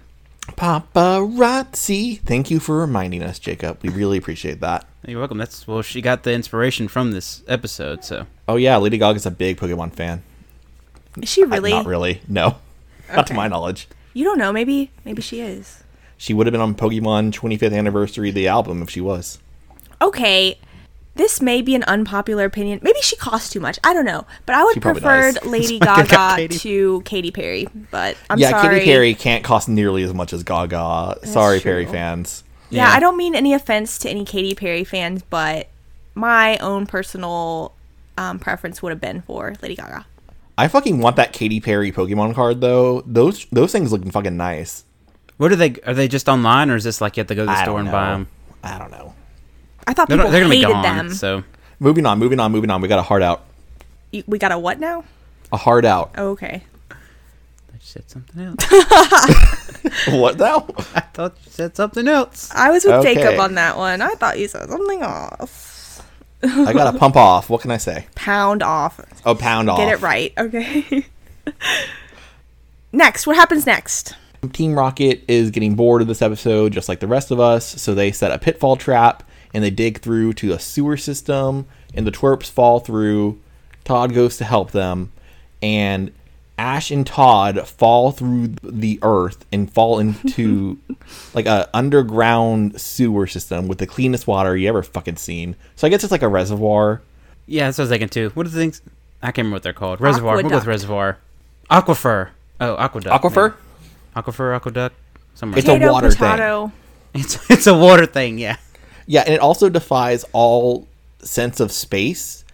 D: Paparazzi. Thank you for reminding us, Jacob. We really appreciate that.
B: You're welcome. That's well, she got the inspiration from this episode. So
D: Oh, yeah, Lady Gaga's a big Pokemon fan.
C: Is she really?
D: Not really. No. Not to my knowledge.
C: You don't know. Maybe maybe she is.
D: She would have been on Pokemon 25th anniversary of the album if she was.
C: Okay. This may be an unpopular opinion. Maybe she costs too much. I don't know. But I would
D: She probably
C: prefer
D: does.
C: Lady
B: That's why I got
C: Gaga
B: Katy-
C: to Katy Perry. But I'm
D: yeah,
C: sorry.
D: Katy Perry can't cost nearly as much as Gaga. Sorry, Perry
C: true.
D: fans.
C: Yeah,
B: Yeah.
C: I don't mean any offense to any Katy Perry fans, but my own personal um, preference would have been for Lady Gaga.
D: I fucking want that Katy Perry Pokemon card though. Those those things looking fucking nice.
B: where do they? Are they just online, or is this like you have to go to the
D: I
B: store and
D: don't know.
B: buy them?
D: I don't know.
C: I thought
B: They're,
C: people
B: not, they're gonna be
C: hated
B: gone.
C: them.
B: So
D: Moving on, moving on, moving on. We got a hard out.
C: You- we got a what now?
D: A hard out.
C: Oh, okay.
B: I said something else.
D: what now?
B: I thought you said something else.
C: I was with
D: Okay.
C: Jacob on that one. I thought you said something off.
D: I got a pump off. What can I say?
C: Pound off.
D: Oh, pound off.
C: Get it right. Okay. next, what happens next?
D: Team Rocket is getting bored of this episode, just like the rest of us, so they set a pitfall trap and they dig through to a sewer system, and the twerps fall through. Todd goes to help them, and Ash and Todd fall through the earth and fall into like a underground sewer system with the cleanest water you ever fucking seen. So I guess it's like a reservoir.
B: Yeah, that's what I was thinking too. What are the things? I can't remember what they're called. Reservoir. We'll go with
C: Aqueduct.
B: reservoir. Aquifer. Oh, aqueduct.
D: Aquifer?
B: maybe. Aquifer. Aqueduct. Somewhere.
D: It's a
C: Potato,
D: water thing.
C: potato.
B: It's it's a water thing, yeah.
D: Yeah, and it also defies all sense of space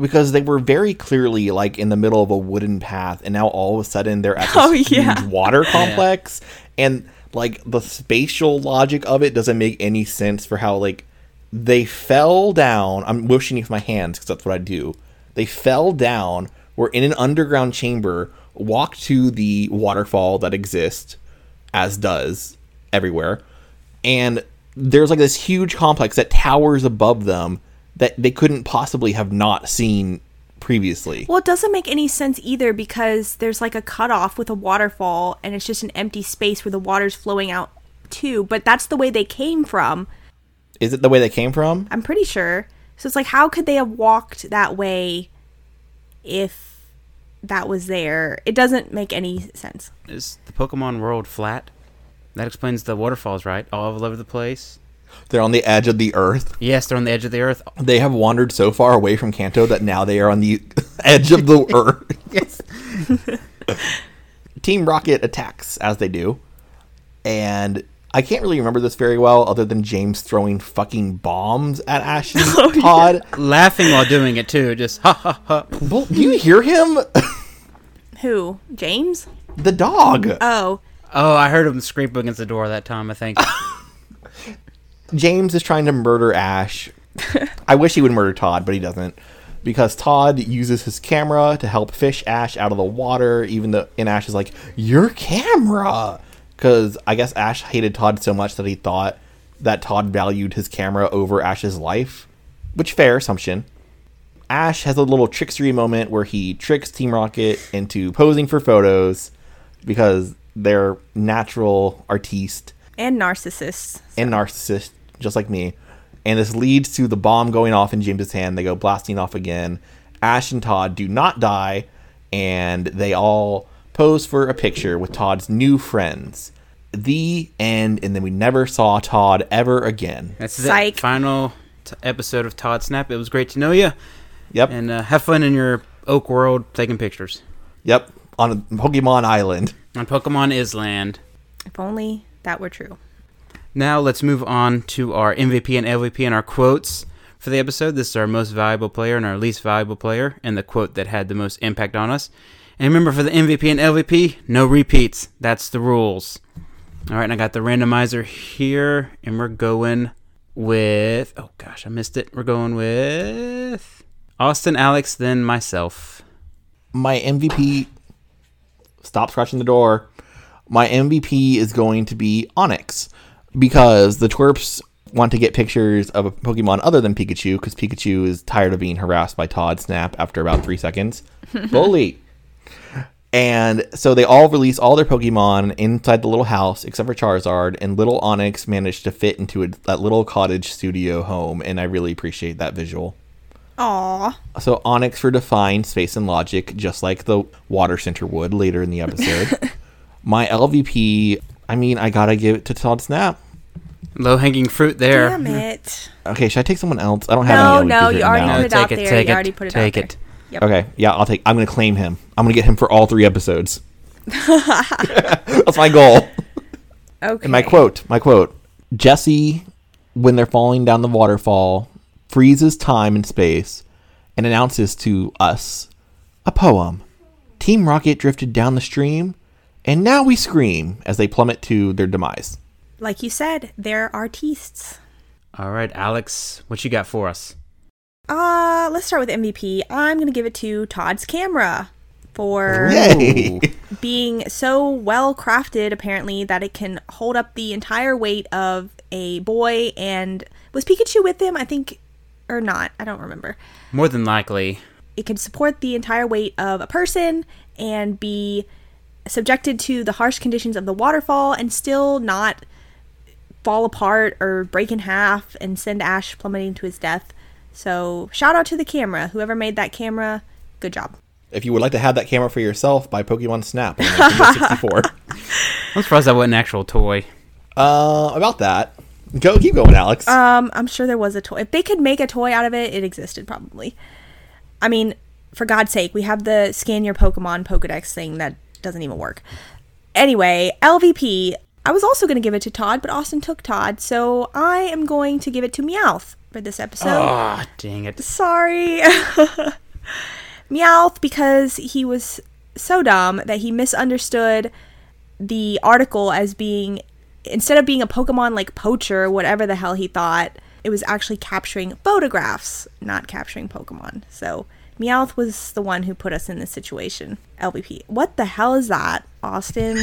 D: because they were very clearly like in the middle of a wooden path, and now all of a sudden they're at this
C: Oh, yeah.
D: huge water complex, and like the spatial logic of it doesn't make any sense for how like they fell down. I'm wishing with my hands because that's what I do. They fell down. Were in an underground chamber. Walked to the waterfall that exists, as does everywhere, and there's like this huge complex that towers above them that they couldn't possibly have not seen previously.
C: Well, it doesn't make any sense either because there's like a cutoff with a waterfall and it's just an empty space where the water's flowing out to, but that's the way they came from.
D: Is it the way they came from?
C: I'm pretty sure. So it's like, how could they have walked that way if that was there? It doesn't make any sense.
B: Is the Pokemon world flat? That explains the waterfalls, right? All over the place.
D: They're on the edge of the earth.
B: Yes, they're on the edge of the earth.
D: They have wandered so far away from Kanto that now they are on the edge of the earth.
B: Yes.
D: Team Rocket attacks as they do. And I can't really remember this very well other than James throwing fucking bombs at Ash and Todd.
B: Laughing while doing it too, just ha ha ha.
D: Well, do you hear him?
C: Who? James?
D: the dog.
C: Oh,
B: Oh, I heard him scrape against the door that time. I think.
D: James is trying to murder Ash. I wish he would murder Todd, but he doesn't. Because Todd uses his camera to help fish Ash out of the water, even though and Ash is like, Your camera Cause I guess Ash hated Todd so much that he thought that Todd valued his camera over Ash's life. Which fair assumption. Ash has a little trickstery moment where he tricks Team Rocket into posing for photos because they're natural artiste
C: and narcissists.
D: and narcissist, just like me. And this leads to the bomb going off in James's hand. They go blasting off again. Ash and Todd do not die, and they all pose for a picture with Todd's new friends. The end, and then we never saw Todd ever again.
B: That's
C: Psych.
B: it. Final t- episode of Todd Snap. It was great to know you,
D: Yep,
B: and uh, have fun in your Oak World taking pictures
D: yep, on Pokemon Island.
B: on Pokemon Island.
C: If only that were true.
B: Now let's move on to our MVP and LVP and our quotes for the episode. This is our most valuable player and our least valuable player, and the quote that had the most impact on us. And remember, for the MVP and LVP, no repeats. That's the rules. All right, and I got the randomizer here, and we're going with. Oh gosh, I missed it. We're going with Austin, Alex, then myself.
D: my MVP. Stop scratching the door. My MVP is going to be Onyx because the twerps want to get pictures of a Pokemon other than Pikachu because Pikachu is tired of being harassed by Todd Snap after about three seconds. Bully. And so they all release all their Pokemon inside the little house except for Charizard, and little Onyx managed to fit into a, that little cottage studio home, and I really appreciate that visual.
C: Aw.
D: So Onyx for defined space and logic, just like the water center would later in the episode. My LVP, I mean, I gotta give it to Todd Snap.
B: Low hanging fruit there.
C: Damn it.
D: Okay, should I take someone else? I don't
C: No,
D: have any. LVPs
C: no, you
D: written
C: already
D: down.
C: put
B: take it,
C: it out there.
B: take
C: you
B: it,
C: already put it
B: take
C: out
B: it.
C: there. Yep.
D: Okay, yeah, I'll take. I'm gonna claim him. I'm gonna get him for all three episodes. That's my goal.
C: Okay.
D: And my quote, my quote, Jesse, when they're falling down the waterfall, freezes time and space and announces to us a poem. Team Rocket drifted down the stream, and now we scream as they plummet to their demise.
C: Like you said, they're artists.
B: All right, Alex, what you got for us?
C: Uh, let's start with MVP. I'm going to give it to Todd's camera for
D: Yay!
C: being so well crafted, apparently, that it can hold up the entire weight of a boy. And was Pikachu with him? I think, or not. I don't remember.
B: More than likely,
C: It can support the entire weight of a person and be subjected to the harsh conditions of the waterfall and still not fall apart or break in half and send Ash plummeting to his death. So, shout out to the camera. Whoever made that camera, good job.
D: if you would like to have that camera for yourself, buy Pokemon Snap on 1964.
B: I'm surprised that wasn't an actual toy.
D: uh, about that, go keep going, Alex.
C: Um, I'm sure there was a toy. If they could make a toy out of it, it existed probably. I mean, for God's sake, we have the scan your Pokemon Pokedex thing that doesn't even work. Anyway, LVP. I was also going to give it to Todd, but Austin took Todd, so I am going to give it to Meowth for this episode.
B: Ah, dang it.
C: Sorry. Meowth because he was so dumb that he misunderstood the article as being instead of being a Pokemon like poacher, whatever the hell he thought, it was actually capturing photographs, not capturing Pokemon. So Meowth was the one who put us in this situation. LVP. What the hell is that, Austin?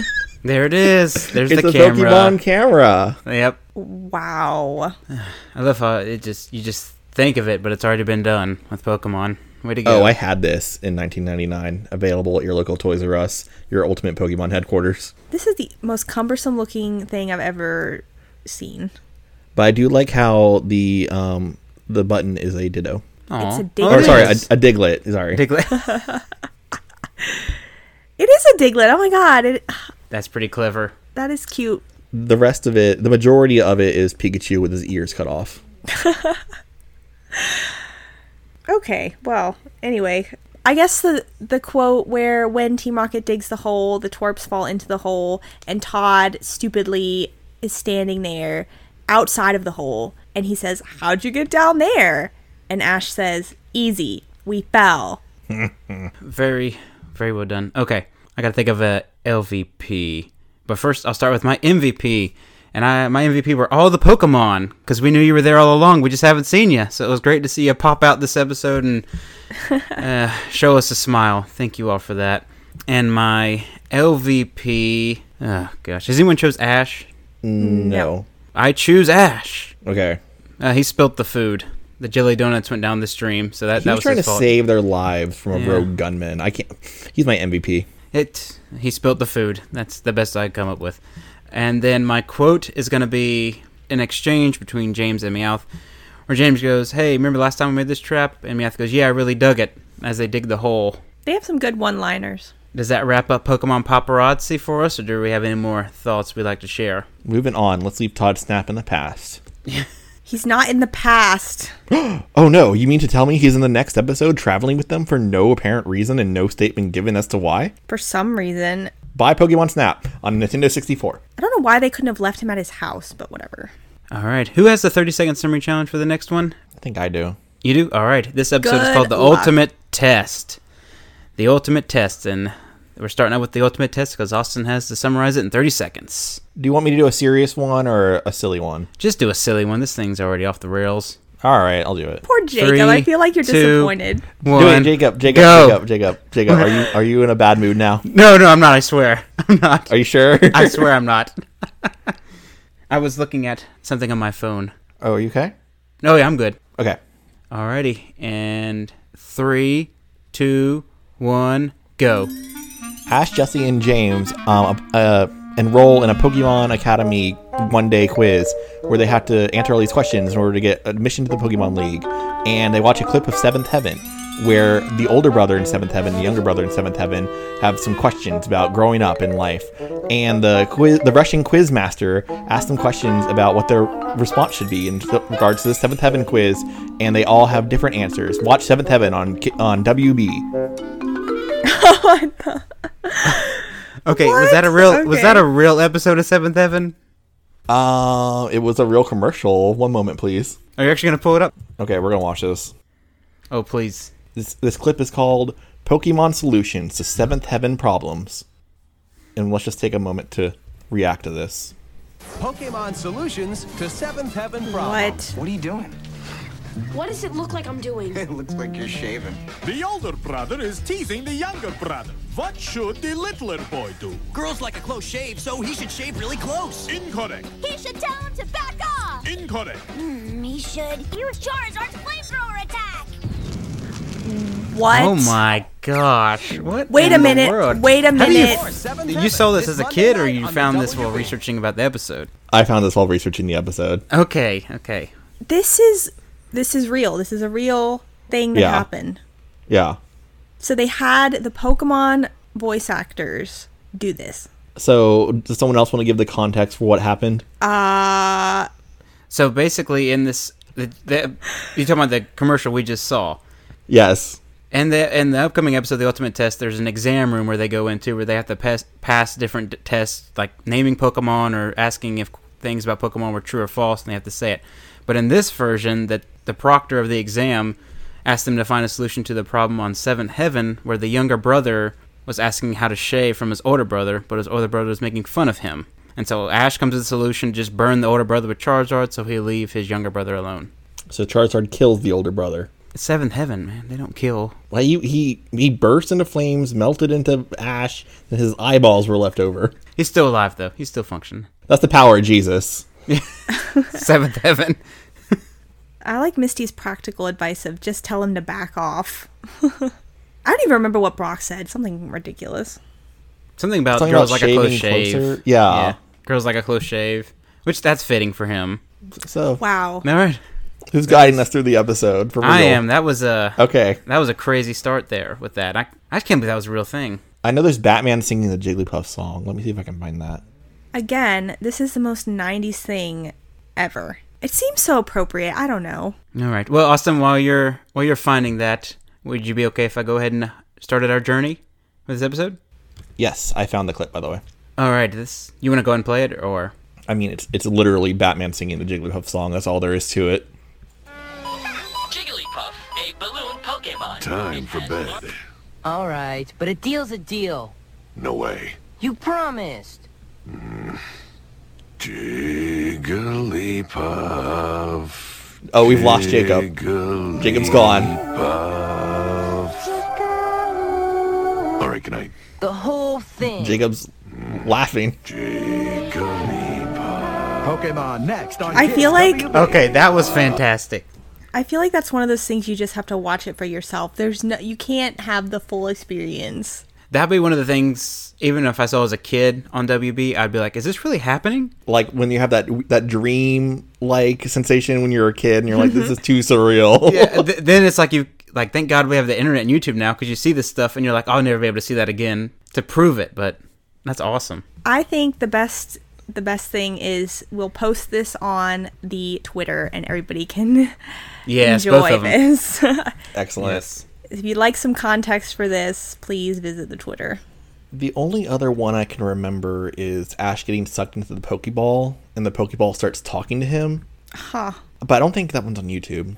B: There it is. There's
D: it's
B: the
D: a
B: camera.
D: Pokemon camera.
B: Yep.
C: wow.
B: I love how it just you just think of it, but it's already been done with Pokemon. Way to go.
D: Oh, I had this in 1999, available at your local Toys R Us, your ultimate Pokemon headquarters.
C: This is the most cumbersome looking thing I've ever seen.
D: But I do like how the um the button is a Ditto.
B: Aw.
C: it's a
B: Oh,
C: It
D: Or
C: is.
D: sorry, a, a Diglett. Sorry.
B: Diglett.
C: It is a Diglett. Oh my god, it,
B: That's pretty clever.
C: that is cute.
D: the rest of it, the majority of it is Pikachu with his ears cut off.
C: Okay, well, anyway, I guess the the quote where when Team Rocket digs the hole, the twerps fall into the hole, and Todd stupidly is standing there outside of the hole, and he says, "How'd you get down there?" And Ash says, "Easy, we fell."
B: Very, very well done. Okay, I got to think of a LVP, but first I'll start with my MVP, and I my MVP were all the Pokemon because we knew you were there all along. We just haven't seen you, so it was great to see you pop out this episode and uh, show us a smile. Thank you all for that. And my LVP, oh gosh, has anyone chose Ash?
D: No.
B: I choose Ash.
D: Okay.
B: Uh, he spilt the food. The jelly donuts went down the stream, so that
D: He
B: that
D: was,
B: was
D: trying to
B: his fault.
D: save their lives from a
B: Yeah.
D: rogue gunman. I can't. He's my MVP.
B: It. He spilt the food. That's the best I could come up with. And then my quote is going to be an exchange between James and Meowth, where James goes, "Hey, remember last time we made this trap?" And Meowth goes, "Yeah, I really dug it." As they dig the hole.
C: They have some good one-liners.
B: Does that wrap up Pokemon Paparazzi for us, or do we have any more thoughts we'd like to share?
D: Moving on. Let's leave Todd Snap in the past.
C: He's not in the past.
D: Oh no! You mean to tell me he's in the next episode traveling with them for no apparent reason and no statement given as to why?
C: For some reason,
D: Buy Pokemon Snap on Nintendo 64.
C: I don't know why they couldn't have left him at his house, but whatever.
B: All right. Who has the thirty-second summary challenge for the next one?
D: I think I do.
B: You do? All right. This episode is
C: Good
B: called The
C: luck.
B: Ultimate Test. The Ultimate Test. And we're starting out with The Ultimate Test because Austin has to summarize it in 30 seconds.
D: Do you want me to do a serious one or a silly one?
B: Just do a silly one. This thing's already off the rails.
D: All right, I'll do it.
C: Poor Jacob. I
B: Three,
C: feel like you're
B: two-
C: disappointed.
D: Do it,
B: One.
D: Jacob. Jacob.
B: Go.
D: Jacob. Jacob. Jacob. Are you are you in a bad mood now?
B: No, no, I'm not. I swear. I'm not.
D: Are you sure?
B: I swear I'm not. I was looking at something on my phone.
D: oh, are you okay?
B: No, yeah, I'm good.
D: Okay.
B: Alrighty. And three, two, one, go.
D: Ash, Jesse, and James um, uh, enroll in a Pokemon Academy one day quiz where they have to answer all these questions in order to get admission to the Pokemon League. And they watch a clip of Seventh Heaven where the older brother in Seventh Heaven, the younger brother in Seventh Heaven, have some questions about growing up in life. And the quiz, the Russian quiz master asks them questions about what their response should be in regards to the Seventh Heaven quiz, and they all have different answers. Watch Seventh Heaven on Ki- on WB.
B: Okay, was that a real was
C: Okay.
B: that a real episode of Seventh Heaven?
D: Uh, it was a real commercial. One moment, please.
B: Are you actually gonna pull it up?
D: Okay, we're gonna watch this.
B: Oh please.
D: This this clip is called "Pokemon Solutions to Seventh Heaven Problems," and let's just take a moment to react to this.
E: Pokemon Solutions to Seventh Heaven Problems.
C: What?
F: What are you doing?
G: What does it look like I'm doing?
F: It looks like you're shaving.
H: The older brother is teasing the younger brother. What should the littler boy do?
A: Girls like a close shave, so he should shave really close.
H: Incorrect.
I: He should tell him to back off!
H: Incorrect.
I: Mm, He should use Charizard's flamethrower attack!
C: What?
B: Oh my gosh! What?
C: Wait
B: in
C: a
B: the
C: minute.
B: world?
C: Wait a
B: How do
C: minute.
E: Or Seventh
B: You, you
E: Heaven
B: saw this as a
E: Monday
B: kid, or
E: night
B: you
E: on
B: found this while
E: WB.
B: researching about the episode?
D: I found this while researching the episode.
B: Okay, okay.
C: This is this is real. This is a real thing that
D: Yeah.
C: happened.
D: Yeah.
C: So they had the Pokemon voice actors do this.
D: So, does someone else want to give the context for what happened?
C: Uh
B: So basically, in this, the, the, you're talking about the commercial we just saw,
D: Yes.
B: and the in the upcoming episode, of the Ultimate Test. There's an exam room where they go into where they have to pass pass different d- tests, like naming Pokemon or asking if things about Pokemon were true or false, and they have to say it. But in this version, that the proctor of the exam asked them to find a solution to the problem on Seventh Heaven, where the younger brother was asking how to shave from his older brother, but his older brother was making fun of him. And so Ash comes to the solution: just burn the older brother with Charizard, so he'll leave his younger brother alone.
D: So Charizard kills the older brother.
B: It's Seventh Heaven, man. They don't kill.
D: Like he he he burst into flames, melted into ash, and his eyeballs were left over.
B: He's still alive though. He's still functioning.
D: That's the power of Jesus.
B: Seventh Heaven.
C: I like Misty's practical advice of just tell him to back off. I don't even remember what Brock said. Something ridiculous.
B: Something about
D: Something
B: girls
D: about
B: like a close
D: shaving
B: shave.
D: closer. Yeah.
B: Girls like a close shave, which that's fitting for him.
D: So
C: Wow.
B: All right.
D: who's guiding us through the episode? For real?
B: I am. That was a
D: Okay.
B: that was a crazy start there with that. I I just can't believe that was a real thing.
D: I know there's Batman singing the Jigglypuff song. Let me see if I can find that.
C: Again, this is the most 90s thing ever. It seems so appropriate. I don't know.
B: All right. Well, Austin, while you're while you're finding that, would you be okay if I go ahead and started our journey with this episode?
D: Yes, I found the clip by the way.
B: All right. This you want to go ahead and play it or?
D: I mean, it's it's literally Batman singing the Jigglypuff song. That's all there is to it.
F: Jigglypuff, a balloon Pokemon.
H: Time for bed.
F: All right, but a deal's a deal.
H: No way.
F: You promised.
H: Jigglypuff.
D: Oh, we've lost Jacob.
H: Jiggly.
D: Jacob's gone.
H: All right, good night.
F: The whole thing.
D: Jacob's laughing.
E: Pokemon next on
C: I feel like-
E: KISS
B: Okay, that was fantastic.
C: I feel like that's one of those things you just have to watch it for yourself. There's no you can't have the full experience.
B: That'd be one of the things. Even if I saw as a kid on WB, I'd be like, "Is this really happening?"
D: Like when you have that that dream like sensation when you're a kid and you're like, this is too surreal.
B: Yeah, th- then it's like you like. Thank God we have the internet and YouTube now because you see this stuff and you're like, "Oh, "I'll never be able to see that again." To prove it, but that's awesome.
C: I think the best the best thing is we'll post this on the Twitter and everybody can
B: Yes, both
C: enjoy
B: of them.
C: this.
D: Excellent.
B: Yes.
C: if you'd like some context for this, please visit the Twitter.
D: The only other one I can remember is Ash getting sucked into the Pokeball and the Pokeball starts talking to him.
C: Huh.
D: But I don't think that one's on YouTube.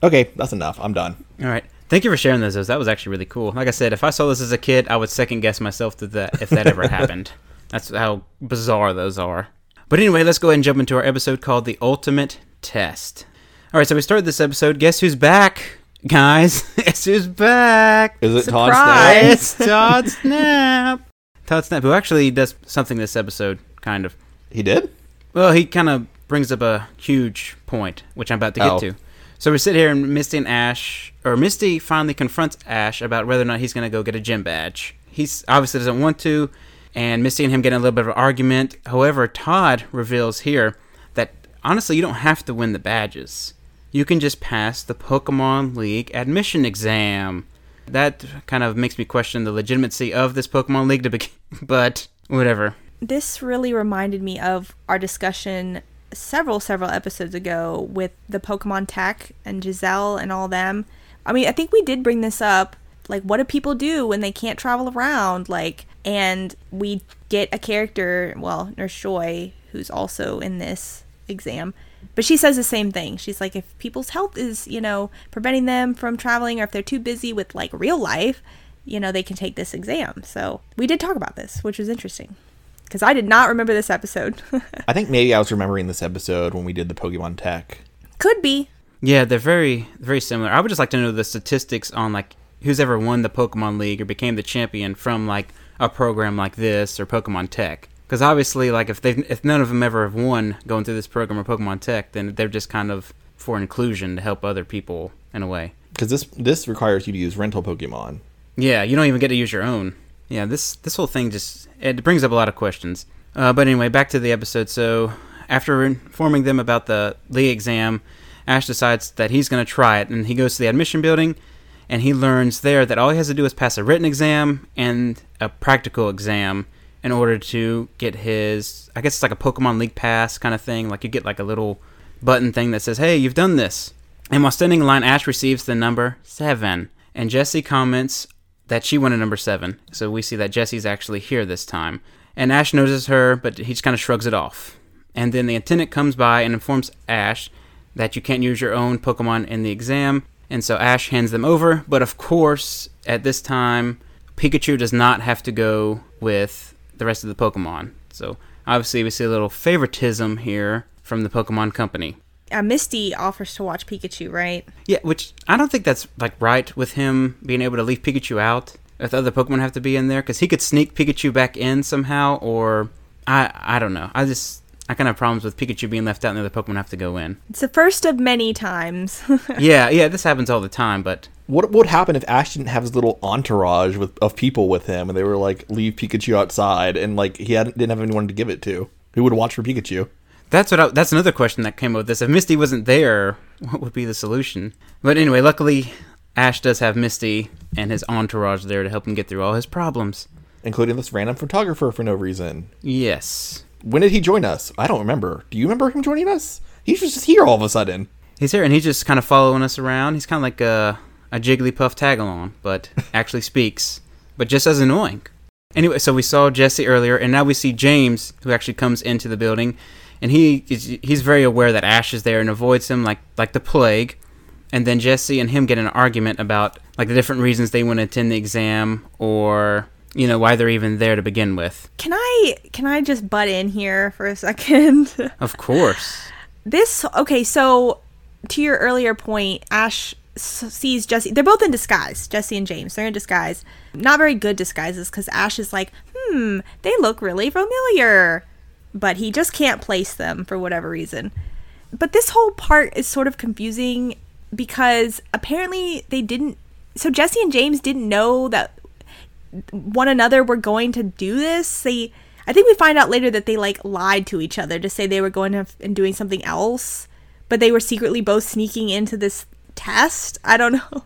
D: Okay, that's enough. I'm done.
B: All right. Thank you for sharing those. those. That was actually really cool. Like I said, if I saw this as a kid, I would second guess myself that that if that ever happened. That's how bizarre those are. But anyway, let's go ahead and jump into our episode called "The Ultimate Test." All right, so we started this episode. Guess who's back, guys? Guess who's back?
D: Is it Todd
C: Surprise!
D: Snap?
B: It's Todd Snap. Todd Snap, who actually does something this episode, kind of.
D: He did?
B: Well, he kind of brings up a huge point, which I'm about to get
D: Oh.
B: to. So we sit here, and Misty and Ash, or Misty finally confronts Ash about whether or not he's going to go get a gym badge. He's obviously doesn't want to, and Misty and him get in a little bit of an argument. However, Todd reveals here that honestly, you don't have to win the badges. You can just pass the Pokemon League admission exam. That kind of makes me question the legitimacy of this Pokemon League to begin, but whatever.
C: This really reminded me of our discussion several several episodes ago with the Pokemon Tech and Giselle and all them. I mean, I think we did bring this up. Like, what do people do when they can't travel around? Like, and we get a character, well, Nurse Joy, who's also in this exam, but she says the same thing. She's like, if people's health is, you know, preventing them from traveling or if they're too busy with like real life, you know, they can take this exam. So we did talk about this, which was interesting because I did not remember this episode.
D: I think maybe I was remembering this episode when we did the Pokemon Tech.
C: Could be.
B: Yeah, they're very very similar. I would just like to know the statistics on like who's ever won the Pokemon League or became the champion from like a program like this or Pokemon Tech. Because obviously, like if they have if none of them ever have won going through this program or Pokemon Tech, then they're just kind of for inclusion to help other people in a way.
D: Because this this requires you to use rental Pokemon.
B: Yeah, you don't even get to use your own. Yeah, this this whole thing just it brings up a lot of questions. Uh, but anyway, back to the episode. So after informing them about the Lee exam, Ash decides that he's going to try it, and he goes to the admission building, and he learns there that all he has to do is pass a written exam and a practical exam in order to get his. I guess it's like a Pokemon League pass kind of thing. Like you get like a little button thing that says, "Hey, you've done this." And while standing in line, Ash receives the number seven, and Jesse comments that she wanted number seven. So we see that Jesse's actually here this time, and Ash notices her, but he just kind of shrugs it off. And then the attendant comes by and informs Ash that you can't use your own Pokemon in the exam, and so Ash hands them over. But of course, at this time, Pikachu does not have to go with the rest of the Pokemon. So obviously, we see a little favoritism here from the Pokemon Company.
C: Uh, Misty offers to watch Pikachu, right?
B: Yeah, which I don't think that's like right with him being able to leave Pikachu out. If the other Pokemon have to be in there, because he could sneak Pikachu back in somehow, or I I don't know. I just I kind of have problems with Pikachu being left out and the other Pokemon have to go in.
C: It's the first of many times.
B: yeah, yeah, this happens all the time, but
D: What would happen if Ash didn't have his little entourage with of people with him, and they were like, "Leave Pikachu outside," and like he hadn't, didn't have anyone to give it to? Who would watch for Pikachu?
B: That's what. I, that's another question that came up with this. If Misty wasn't there, what would be the solution? But anyway, luckily, Ash does have Misty and his entourage there to help him get through all his problems.
D: Including this random photographer for no reason.
B: Yes,
D: When did he join us? I don't remember. Do you remember him joining us? He's just here all of a sudden.
B: he's here and he's just kind of following us around. He's kind of like a a Jigglypuff tagalong, but actually speaks, but just as annoying. Anyway, so we saw Jesse earlier, and now we see James, who actually comes into the building, and he is, he's very aware that Ash is there and avoids him like like the plague. And then Jesse and him get in an argument about like the different reasons they want to attend the exam, or you know why they're even there to begin with.
C: can I can I just butt in here for a second?
B: Of course,
C: this okay, so to your earlier point, Ash s- sees Jesse. They're both in disguise, Jesse and James. They're in disguise. Not very good disguises cuz Ash is like, "Hmm, they look really familiar." But he just can't place them for whatever reason. But this whole part is sort of confusing because apparently they didn't so Jesse and James didn't know that one another were going to do this. They, I think we find out later that they like lied to each other to say they were going to f- and doing something else, but they were secretly both sneaking into this test. I don't know.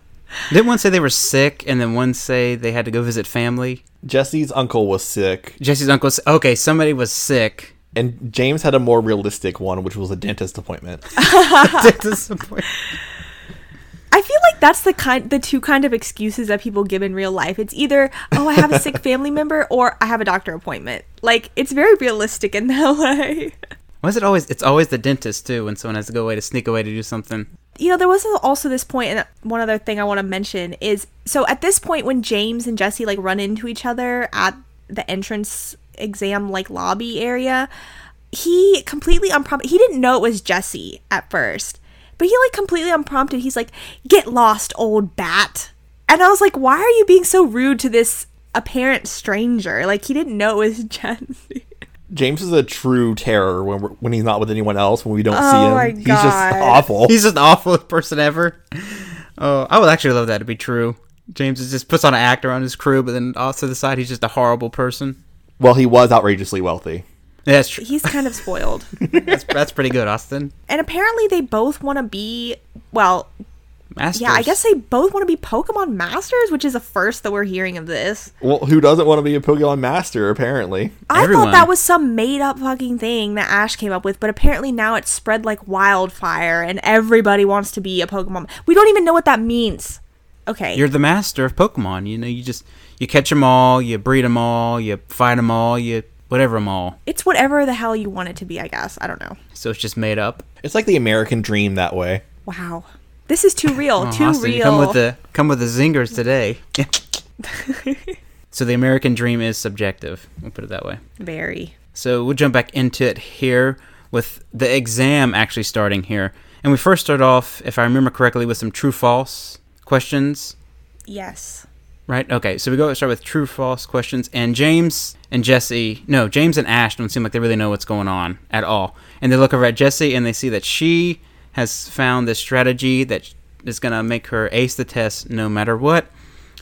B: didn't one say they were sick, and then one say they had to go visit family?
D: Jesse's uncle was sick,
B: Jesse's uncle. s- Okay, somebody was sick.
D: and James had a more realistic one, which was a dentist appointment.
B: Disappointing.
C: I feel like that's the kind, the two kind of excuses that people give in real life. It's either oh I have a sick family member or I have a doctor appointment. Like it's very realistic in that way.
B: Why is it always? It's always the dentist too. When someone has to go away to sneak away to do something.
C: you know, there was also this point, and one other thing I want to mention is so at this point when James and Jesse like run into each other at the entrance exam like lobby area, he completely unprompted. He didn't know it was Jesse at first, but he like completely unprompted. He's like, "Get lost, old bat," and I was like, "Why are you being so rude to this apparent stranger?" Like he didn't know it was Jesse.
D: James is a true terror when we're, when he's not with anyone else. When we don't see
C: Oh
D: him,
C: my
D: he's just
C: God.
D: awful.
B: He's just the awfulest person ever. Oh, I would actually love that to be true. James is just puts on an act around his crew, but then off to the side, he's just a horrible person.
D: well, he was outrageously wealthy.
B: Yeah, that's true.
C: He's kind of spoiled.
B: That's, that's pretty good, Austin.
C: and apparently they both want to be well
B: Masters.
C: Yeah, I guess they both want to be Pokemon Masters, which is the first that we're hearing of this.
D: Well, who doesn't want to be a Pokemon master? Apparently,
C: I
B: Everyone.
C: thought that was some made up fucking thing that Ash came up with, but apparently now it's spread like wildfire and everybody wants to be a Pokemon. We don't even know what that means. Okay.
B: you're the master of Pokemon. You know, you just you catch them all, you breed them all, you fight them all, you whatever them all.
C: it's whatever the hell you want it to be, I guess. I don't know.
B: So it's just made up.
D: it's like the American dream that way.
C: Wow. This is too real.
B: Oh,
C: too
B: Austin, you
C: real.
B: Come with the come with the zingers today. so the American dream is subjective. We'll put it that way.
C: Very.
B: So we'll jump back into it here with the exam actually starting here. And we first start off, if I remember correctly, with some true false questions,
C: Yes.
B: right? Okay, so we go start with true false questions. And James and Jesse, no, James and Ash don't seem like they really know what's going on at all. And they look over at Jesse and they see that she has found this strategy that is going to make her ace the test no matter what,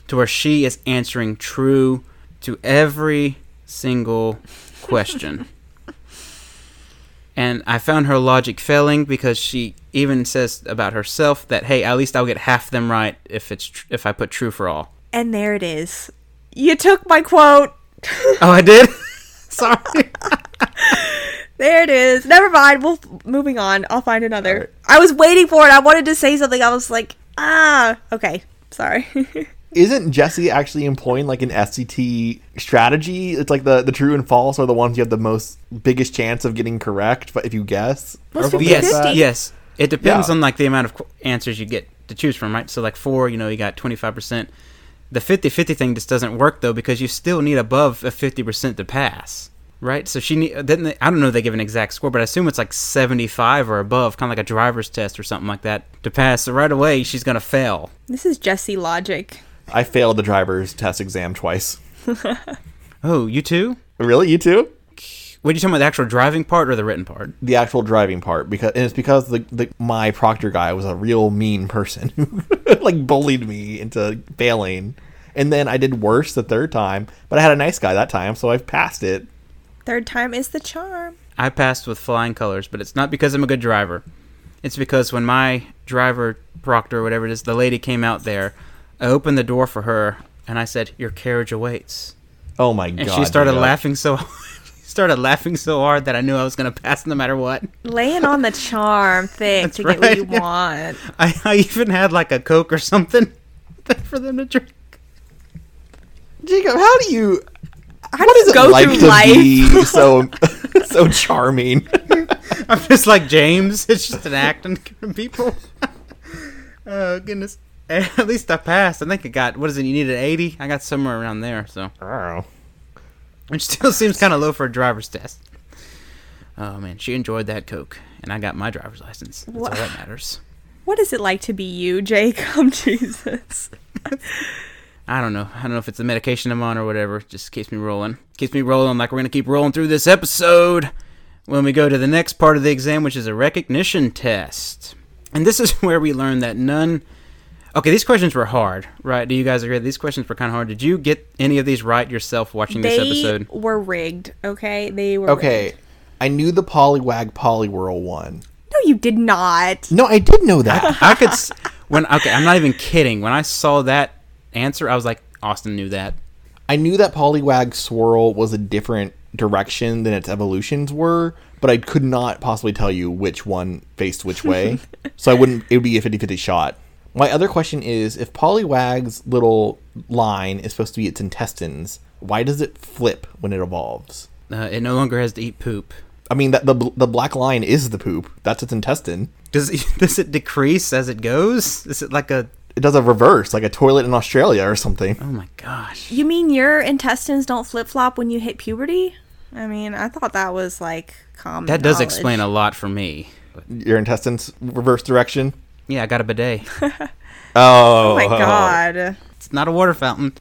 B: to where she is answering true to every single question. And I found her logic failing because she even says about herself that, "Hey, at least I'll get half them right if it's tr- if I put true for all."
C: And there it is. You took my quote.
B: Oh, I did. Sorry.
C: There it is. Never mind. We'll moving on. I'll find another. I was waiting for it. I wanted to say something. I was like, ah, okay. Sorry.
D: Isn't Jesse actually employing like an SCT strategy? It's like the the true and false are the ones you have the most biggest chance of getting correct. But if you guess, or
C: Well,
D: something like
B: yes,
D: that.
B: yes. It depends
D: Yeah.
B: on like the amount of qu- answers you get to choose from, right? So like four, you know, you got twenty five percent. The 50-50 thing just doesn't work though because you still need above a fifty percent to pass, right? So she need didn't they, I don't know if they give an exact score, but I assume it's like seventy five or above, kind of like a driver's test or something like that to pass. So right away she's gonna fail.
C: this is Jesse logic.
D: I failed the driver's test exam twice.
B: Oh, you too?
D: Really, you too?
B: What are you talking about? The actual driving part or the written part?
D: the actual driving part because and it's because the, the my proctor guy was a real mean person who like bullied me into failing and then i did worse the third time but i had a nice guy that time so i passed it
C: Third time is the charm.
B: I passed with flying colors, but it's not because I'm a good driver. It's because when my driver, proctor, whatever it is, the lady came out there, I opened the door for her and I said, "Your carriage awaits."
D: oh my
B: And
D: god
B: she started
D: dude.
B: laughing so started laughing so hard that I knew I was going to pass no matter what.
C: Laying on the charm thing to get what
B: right.
C: you want.
B: I, I even had like a coke or something for them to drink.
D: jacob how do you
C: How
D: what is it
C: go
D: like
C: through
D: to
C: life?
D: be so so charming
B: I'm just like James. It's just an act on people. oh goodness. At least I passed. I think I got what is it? You needed 80. I got somewhere around there. So,
D: oh
B: which still seems kind of low for a driver's test. Oh man, she enjoyed that coke, and I got my driver's license. That's all that matters.
C: What is it like to be you, Jacob? Jesus.
B: I don't know. I don't know if it's the medication I'm on or whatever. It Just keeps me rolling. Keeps me rolling like we're going to keep rolling through this episode when we go to the next part of the exam, which is a recognition test. And this is where we learn that none. Okay, these questions were hard, right? Do you guys agree? These questions were kind of hard. Did you get any of these right yourself watching this
C: They
B: episode?
C: were rigged, okay? They were
D: okay
C: rigged.
D: i knew the polywag polywhirl one
C: No, you did not.
D: no i did know that
B: I could. s- When okay, I'm not even kidding. When I saw that answer, I was like, Austin knew that.
D: I knew that Poliwag Swirl was a different direction than its evolutions were, but I could not possibly tell you which one faced which way. so I wouldn't, it would be a 50 50 shot. My other question is if Poliwag's little line is supposed to be its intestines, why does it flip when it evolves?
B: Uh, it no longer has to eat poop.
D: I mean, that the, bl- the black line is the poop, that's its intestine.
B: Does it, does it decrease as it goes? Is it like a
D: It does a reverse, like a toilet in Australia or something.
B: oh my gosh?
C: You mean your intestines don't flip flop when you hit puberty? I mean, I thought that was like common.
B: That does
C: knowledge.
B: explain a lot for me.
D: Your intestines reverse direction.
B: Yeah, I got a bidet.
D: Oh,
C: Oh my god.
B: It's not a water fountain.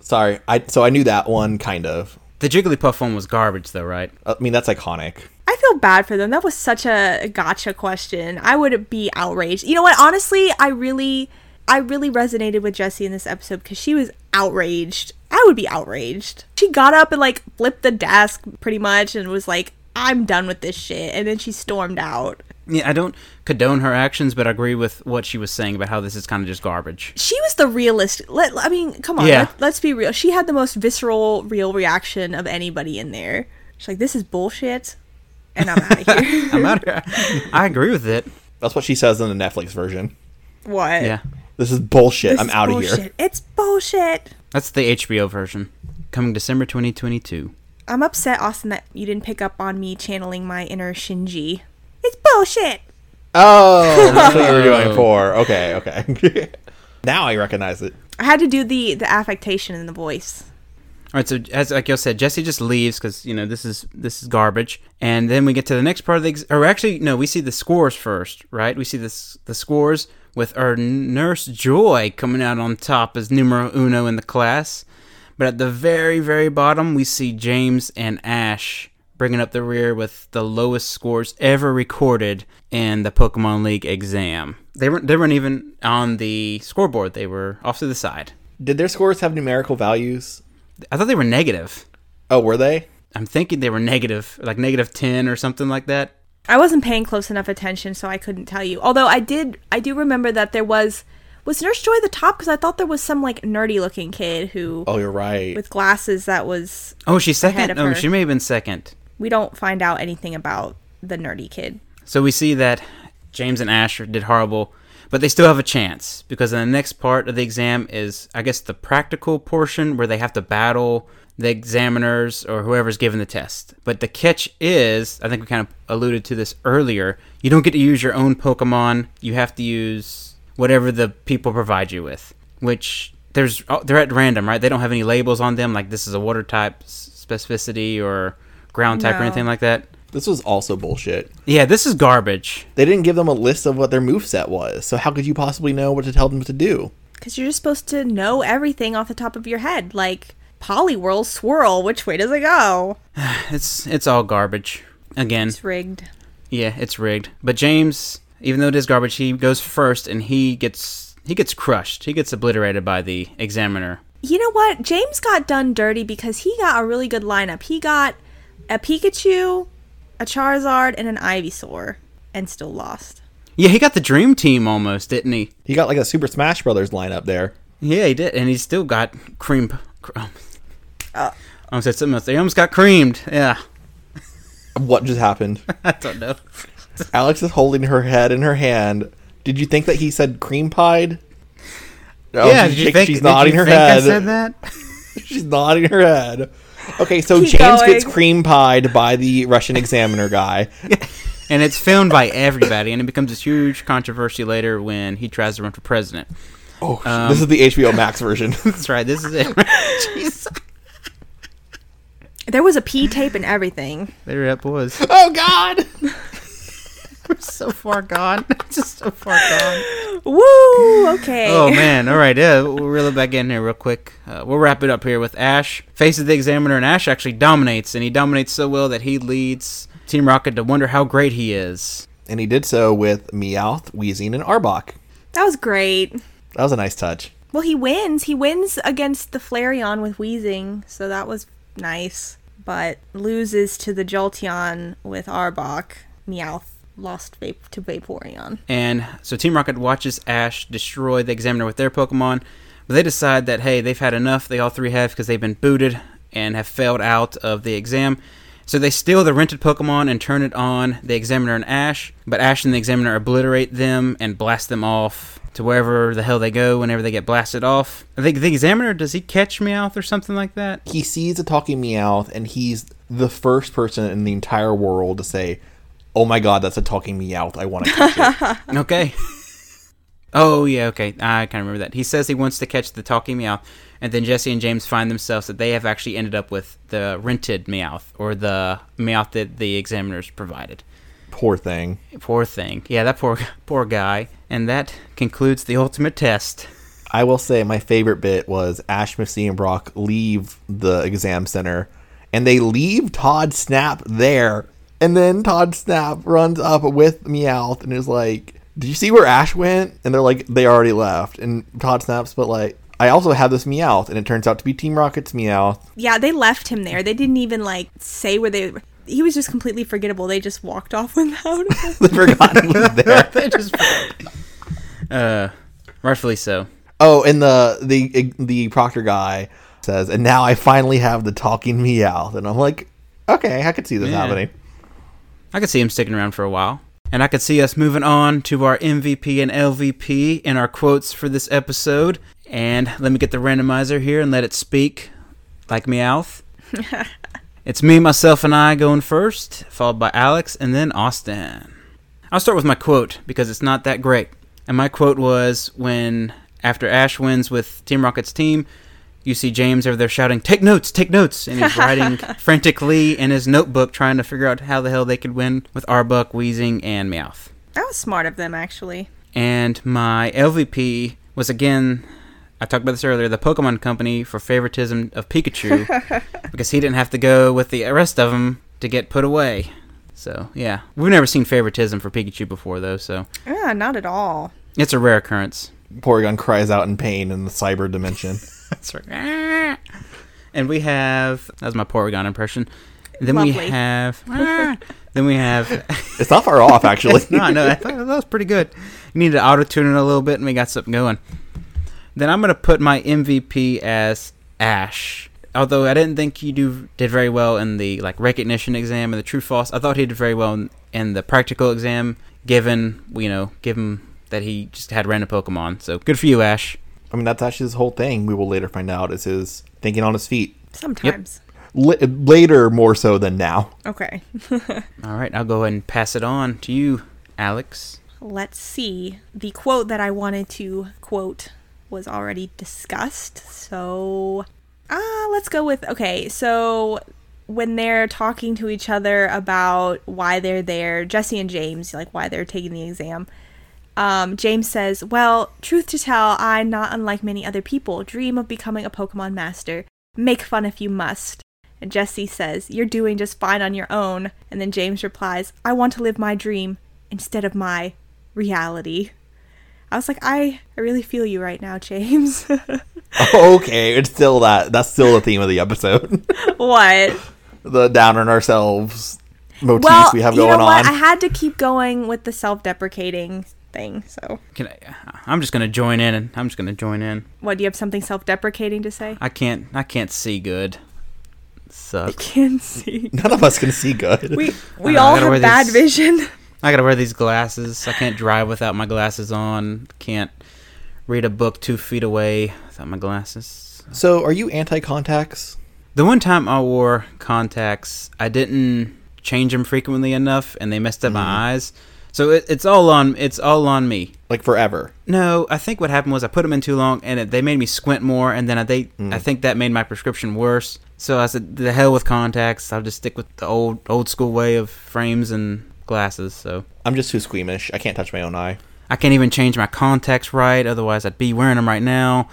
D: Sorry. I, so I knew that one, kind of.
B: The Jigglypuff one was garbage, though, right?
D: I mean, that's iconic.
C: I feel bad for them. That was such a gotcha question. I would be outraged. You know what? Honestly, I really I really resonated with Jessie in this episode because she was outraged. I would be outraged. She got up and like flipped the desk pretty much and was like, I'm done with this shit. And then she stormed out.
B: Yeah, I don't condone her actions, but I agree with what she was saying about how this is kind of just garbage.
C: She was the realist. Let, I mean, come on.
B: Yeah.
C: Let, let's be real. She had the most visceral, real reaction of anybody in there. She's like, this is bullshit. And I'm out of here.
B: I'm out here. I agree with it.
D: That's what she says in the Netflix version.
C: what?
B: Yeah,
D: This is bullshit.
C: This
D: I'm
C: is
D: out of here.
C: bullshit. It's bullshit.
B: that's the HBO version, coming December 2022.
C: I'm upset, Austin, that you didn't pick up on me channeling my inner Shinji. It's bullshit.
D: Oh, that's what you were doing for. Okay, okay. now I recognize it.
C: I had to do the the affectation in the voice.
B: All right, so as like you said, Jesse just leaves because you know this is this is garbage, and then we get to the next part of the ex- or actually no, we see the scores first, right? We see this the scores with our nurse Joy coming out on top as numero uno in the class, but at the very very bottom we see James and Ash bringing up the rear with the lowest scores ever recorded in the Pokemon League exam. They weren't they weren't even on the scoreboard; they were off to the side.
D: Did their scores have numerical values?
B: I thought they were negative.
D: Oh, were they?
B: I'm thinking they were negative, like negative ten or something like that.
C: I wasn't paying close enough attention, so I couldn't tell you. Although I did, I do remember that there was was Nurse Joy the top because I thought there was some like nerdy looking kid who
D: Oh, you're right.
C: with glasses that was.
B: Oh, she's
C: Ahead
B: second.
C: of
B: Oh,
C: her.
B: she may have been second.
C: We don't find out anything about the nerdy kid.
B: So we see that James and Asher did horrible, but they still have a chance because in the next part of the exam is, I guess, the practical portion where they have to battle the examiners or whoever's given the test. But the catch is, I think we kind of alluded to this earlier, you don't get to use your own Pokemon. You have to use whatever the people provide you with, which there's oh, they're at random, right? They don't have any labels on them like this is a water type s- specificity or ground type or
C: No.
B: anything like that.
D: This was also bullshit.
B: Yeah, this is garbage.
D: They didn't give them a list of what their moveset was, so how could you possibly know what to tell them to do?
C: because you're just supposed to know everything off the top of your head like Poliwhirl swirl. Which way does it go?
B: It's it's all garbage. Again,
C: It's rigged.
B: yeah, it's rigged. But James, even though it is garbage, he goes first and he gets he gets crushed. He gets obliterated by the examiner.
C: You know what? James got done dirty because he got a really good lineup. He got a Pikachu, a Charizard, and an Ivysaur, and still lost.
B: Yeah, he got the dream team almost, didn't he?
D: He got like a Super Smash Brothers lineup there.
B: Yeah, he did, and he still got cream. Cr- I almost said something else. He almost got creamed. Yeah,
D: What just happened?
B: I don't know.
D: Alex is holding her head in her hand. Did you think that he said cream pied? No,
B: yeah,
D: she's
B: did you
D: shaking-
B: think?
D: she's
B: did
D: nodding
B: you
D: her
B: think
D: head?
B: I said that.
D: She's nodding her head. Okay, so
C: Keep
D: James
C: going.
D: gets cream pied by the Russian examiner guy.
B: and it's filmed by everybody, and it becomes this huge controversy later when he tries to run for president.
D: Oh, this is the HBO Max version.
B: That's right. This is it. Jeez,
C: There was a P tape and everything.
B: there it was.
D: oh God!
B: We're so far gone. Just so far gone.
C: Woo! Okay.
B: Oh man. All right. Yeah, we'll reel it back in here real quick. Uh, we'll wrap it up here with Ash faces the examiner, and Ash actually dominates, and he dominates so well that he leads Team Rocket to wonder how great he is.
D: And he did so with Meowth, Wheezing, and Arbok.
C: That was great.
D: That was a nice touch.
C: Well, he wins. He wins against the Flareon with Wheezing, so that was nice. But loses to the Jolteon with Arbok. Meowth lost va- to Vaporeon.
B: And so Team Rocket watches Ash destroy the Examiner with their Pokemon, but they decide that, hey, they've had enough. They all three have because they've been booted and have failed out of the exam. So they steal the rented Pokemon and turn it on the Examiner and Ash, but Ash and the Examiner obliterate them and blast them off to wherever the hell they go whenever they get blasted off. I think the Examiner, does he catch Meowth or something like that?
D: He sees a talking Meowth, and he's the first person in the entire world to say, "Oh my God, that's a talking Meowth! I want to catch it."
B: Okay. oh yeah, okay. I kind of remember that. He says he wants to catch the talking Meowth, and then Jesse and James find themselves that they have actually ended up with the rented Meowth or the Meowth that the examiners provided.
D: Poor thing.
B: Poor thing. Yeah, that poor poor guy. And that concludes the ultimate test.
D: I will say my favorite bit was Ash, Missy, and Brock leave the exam center, and they leave Todd Snap there, and then Todd Snap runs up with Meowth and is like, "Did you see where Ash went?" And they're like, "They already left." And Todd Snap's but like, "I also have this Meowth," and it turns out to be Team Rocket's Meowth.
C: Yeah, they left him there. They didn't even like say where they. He was just completely forgettable. They just walked off without. him.
D: they forgot he was there.
B: They just uh rightfully so.
D: Oh, and the the the proctor guy says, "And now I finally have the talking Meowth," and I'm like, "Okay, I could see this
B: Yeah.
D: happening."
B: I could see him sticking around for a while. And I could see us moving on to our MVP and LVP and our quotes for this episode. And let me get the randomizer here and let it speak like Meowth. it's me, myself, and I going first, followed by Alex and then Austin. I'll start with my quote because it's not that great. And my quote was when, after Ash wins with Team Rocket's team, you see James over there shouting, Take notes, take notes! And he's writing frantically in his notebook trying to figure out how the hell they could win with Arbuck, Wheezing, and Meowth.
C: that was smart of them, actually.
B: And my LVP was again, I talked about this earlier, the Pokemon Company for favoritism of Pikachu because he didn't have to go with the rest of them to get put away. So, yeah. We've never seen favoritism for Pikachu before, though, so
C: Yeah, not at all.
B: it's a rare occurrence.
D: Porygon cries out in pain in the cyber dimension.
B: That's right. And we have that was my Porygon impression. Then we
C: Lovely.
B: have then we have
D: it's not far off, actually.
B: no no that, that was pretty good. You need to auto tune it a little bit, and we got something going. Then I'm gonna put my MVP as Ash. Although I didn't think he do, did very well in the like recognition exam and the true false, I thought he did very well in, in the practical exam. Given you know, given that he just had random Pokemon, so good for you, Ash.
D: I mean, that's actually his whole thing. We will later find out is his thinking on his feet.
C: Sometimes.
D: L- later, more so than now.
C: Okay.
B: All right, I'll go ahead and pass it on to you, Alex.
C: Let's see. The quote that I wanted to quote was already discussed. So, ah, let's go with okay. So, when they're talking to each other about why they're there, Jesse and James, like why they're taking the exam, um, James says, Well, truth to tell, I, not unlike many other people, dream of becoming a Pokemon master. Make fun if you must. And Jesse says, You're doing just fine on your own. And then James replies, I want to live my dream instead of my reality. I was like, I, I really feel you right now, James.
D: okay, it's still that. That's still the theme of the episode.
C: what?
D: the down on ourselves motif
C: Well,
D: we have
C: you
D: going
C: know what?
D: on.
C: I had to keep going with the self deprecating thing. So,
B: Can I, I'm just gonna join in, and I'm just gonna join in.
C: what? Do you have something self deprecating to say?
B: I can't. I can't see good. Sucks.
C: Can't see.
D: None of us can see good.
C: We, we
B: I
C: all
B: gotta wear
C: have bad
B: these-
C: vision.
B: I gotta wear these glasses. I can't drive without my glasses on. Can't read a book two feet away without my glasses.
D: so, are you anti-contacts?
B: The one time I wore contacts, I didn't change them frequently enough, and they messed up my eyes. So it, it's all on. It's all on me.
D: Like forever?
B: No, I think what happened was I put them in too long, and it, they made me squint more, and then I, they, I think that made my prescription worse. So I said, "The hell with contacts! I'll just stick with the old old school way of frames and glasses." So
D: I'm just too squeamish. I can't touch my own eye.
B: I can't even change my contacts right, otherwise I'd be wearing them right now.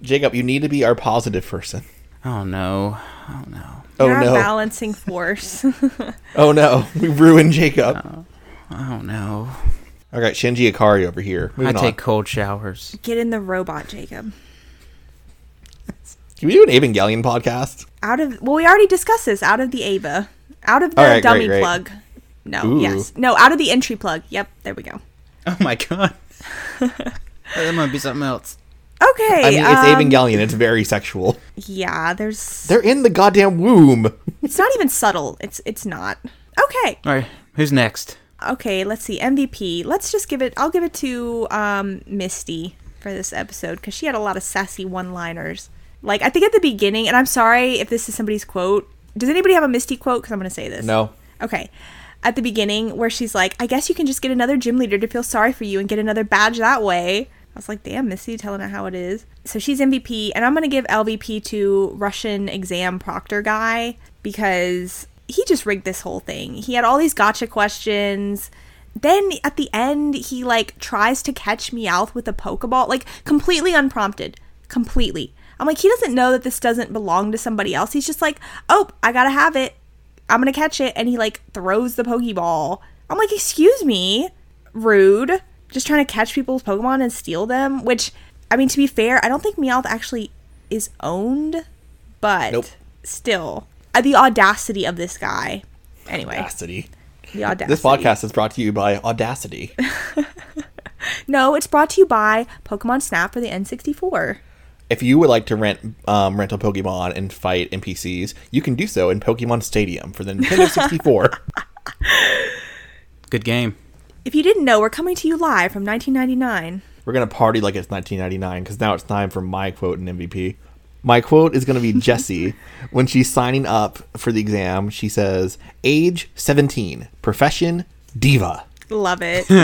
D: Jacob, you need to be our positive person.
B: Oh no! Oh no!
D: Oh
C: You're
D: no!
C: a balancing force.
D: Oh no! We ruined Jacob.
B: Oh no!
D: All right, Shinji Ikari over here.
B: I
D: Moving
B: take
D: on.
B: cold showers.
C: Get in the robot, Jacob.
D: Can we do an Evangelion podcast?
C: Out of well, we already discussed this. Out of the Ava, out of the
D: All right, great,
C: dummy
D: great.
C: plug. No,
D: Ooh.
C: yes, no, out of the entry plug. Yep, there we go.
B: Oh my god! that might be something else.
C: Okay.
D: I mean, it's
C: um,
D: Evangelion. It's very sexual.
C: Yeah, there's.
D: They're in the goddamn womb.
C: It's not even subtle. It's it's not. Okay.
B: All right, who's next?
C: Okay. Let's see. MVP. Let's just give it. I'll give it to um Misty for this episode because she had a lot of sassy one-liners. Like I think at the beginning, and I'm sorry if this is somebody's quote. Does anybody have a Misty quote? Because I'm going to say this.
D: No.
C: Okay. At the beginning, where she's like, I guess you can just get another gym leader to feel sorry for you and get another badge that way. I was like, damn, Missy telling her how it is. So she's MVP, and I'm going to give LVP to Russian exam proctor guy because he just rigged this whole thing. He had all these gotcha questions. Then at the end, he like tries to catch Meowth with a Pokeball, like completely unprompted. Completely. I'm like, he doesn't know that this doesn't belong to somebody else. He's just like, oh, I got to have it. I'm gonna catch it. And he like throws the Pokeball. I'm like, excuse me, rude. Just trying to catch people's Pokemon and steal them. Which, I mean, to be fair, I don't think Meowth actually is owned, but
D: Nope.
C: still, uh, the audacity of this guy. Anyway,
D: Audacity.
C: the audacity.
D: This podcast is brought to you by Audacity.
C: No, it's brought to you by Pokemon Snap for the N64.
D: if you would like to rent um, rental Pokemon and fight NPCs, you can do so in Pokemon Stadium for the Nintendo 64.
B: Good game.
C: If you didn't know, we're coming to you live from 1999.
D: We're gonna party like it's 1999 because now it's time for my quote and MVP. My quote is gonna be Jessie when she's signing up for the exam. She says, "Age 17, profession diva."
C: Love it.
B: Uh,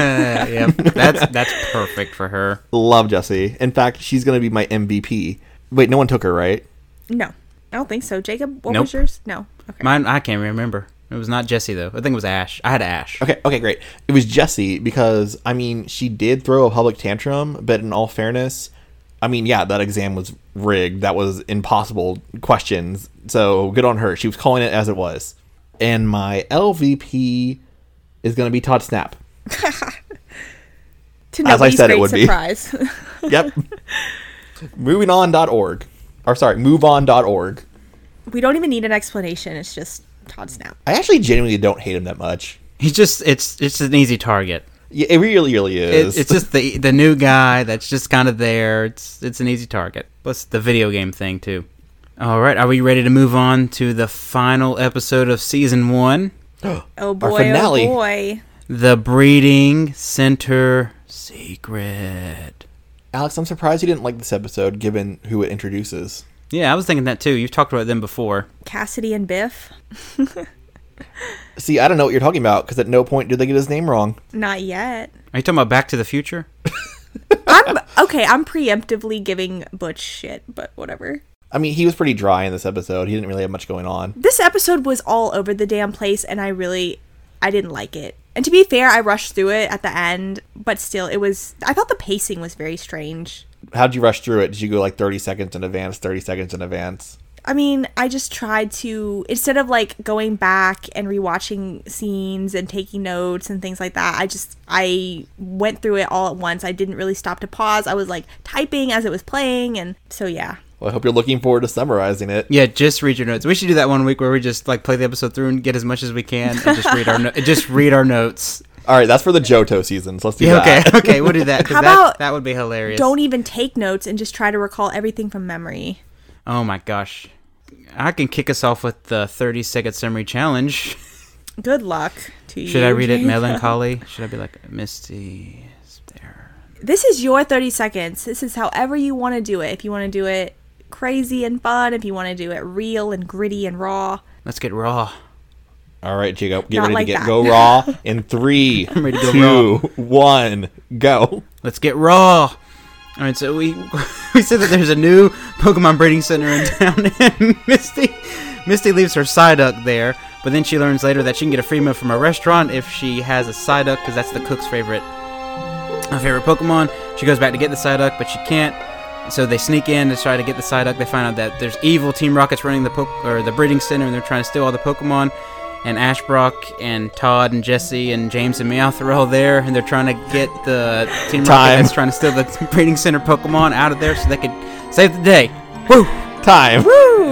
B: yep, that's that's perfect for her.
D: Love Jessie. In fact, she's gonna be my MVP. Wait, no one took her, right?
C: no, I don't think so. Jacob, what
B: Nope.
C: was yours? No. Okay.
B: Mine, I can't remember. It was not Jesse though. I think it was Ash. I had Ash.
D: Okay, okay, great. It was Jessie because I mean she did throw a public tantrum, but in all fairness, I mean yeah, that exam was rigged. That was impossible questions. So good on her. She was calling it as it was. And my LVP is going to be Todd Snap.
C: to
D: as I
C: nobody's
D: said it
C: great
D: would be.
C: surprise.
D: Yep. MovingOn.org. Or sorry, MoveOn.org.
C: we don't even need an explanation. It's just Todd Snap.
D: I actually genuinely don't hate him that much.
B: He's just it's it's an easy target.
D: Yeah, it really, really is.
B: It, it's just the the new guy that's just kind of there. It's it's an easy target. Plus the video game thing too. All right, are we ready to move on to the final episode of season one,
C: Oh boy,
D: finale.
C: oh boy.
B: the breeding center secret?
D: Alex, I'm surprised you didn't like this episode given who it introduces.
B: Yeah, I was thinking that too. You've talked about them before.
C: Cassidy and Biff.
D: See, I don't know what you're talking about because at no point did they get his name wrong.
C: Not yet.
B: Are you talking about Back to the Future?
C: I'm okay, I'm preemptively giving Butch shit, but whatever.
D: I mean, he was pretty dry in this episode. He didn't really have much going on.
C: This episode was all over the damn place and I really I didn't like it. And to be fair, I rushed through it at the end, but still it was I thought the pacing was very strange.
D: How'd you rush through it? Did you go like 30 seconds in advance, 30 seconds in advance?
C: I mean, I just tried to instead of like going back and rewatching scenes and taking notes and things like that, I just I went through it all at once. I didn't really stop to pause. I was like typing as it was playing and so yeah.
D: Well, I hope you're looking forward to summarizing it.
B: Yeah, just read your notes. We should do that one week where we just like play the episode through and get as much as we can and just read our no- just read our notes.
D: All right, that's for the Johto seasons. Let's do
B: Yeah, okay,
D: that.
B: okay, we'll do that. 'cause
C: How
B: that,
C: about
B: that would be hilarious.
C: Don't even take notes and just try to recall everything from memory.
B: Oh my gosh, I can kick us off with the thirty second summary challenge.
C: Good luck to you.
B: Should I read it
C: Jacob.
B: melancholy? Should I be like Misty? Is there?
C: This is your 30 seconds. This is however you want to do it. If you want to do it crazy and fun, if you want to do it real and gritty and raw.
B: Let's get raw.
D: All right, Jacob, get
C: Not
D: ready
C: like
D: to get
C: that.
D: go raw in three,
B: ready to go
D: two, one, go.
B: Let's get raw. All right, so we we said that there's a new Pokemon breeding center in town, and Misty Misty leaves her Psyduck there, but then she learns later that she can get a free meal from a restaurant if she has a Psyduck, because that's the cook's favorite her favorite Pokemon. She goes back to get the Psyduck, but she can't. So they sneak in to try to get the Psyduck. They find out that there's evil Team Rockets running the po- or the breeding center, and they're trying to steal all the Pokemon. And Ashbrock and Todd and Jesse and James and Meowth are all there, and they're trying to get the Team Rocket
D: Time.
B: that's trying to steal the breeding center Pokemon out of there so they could save the day. Woo!
D: Time.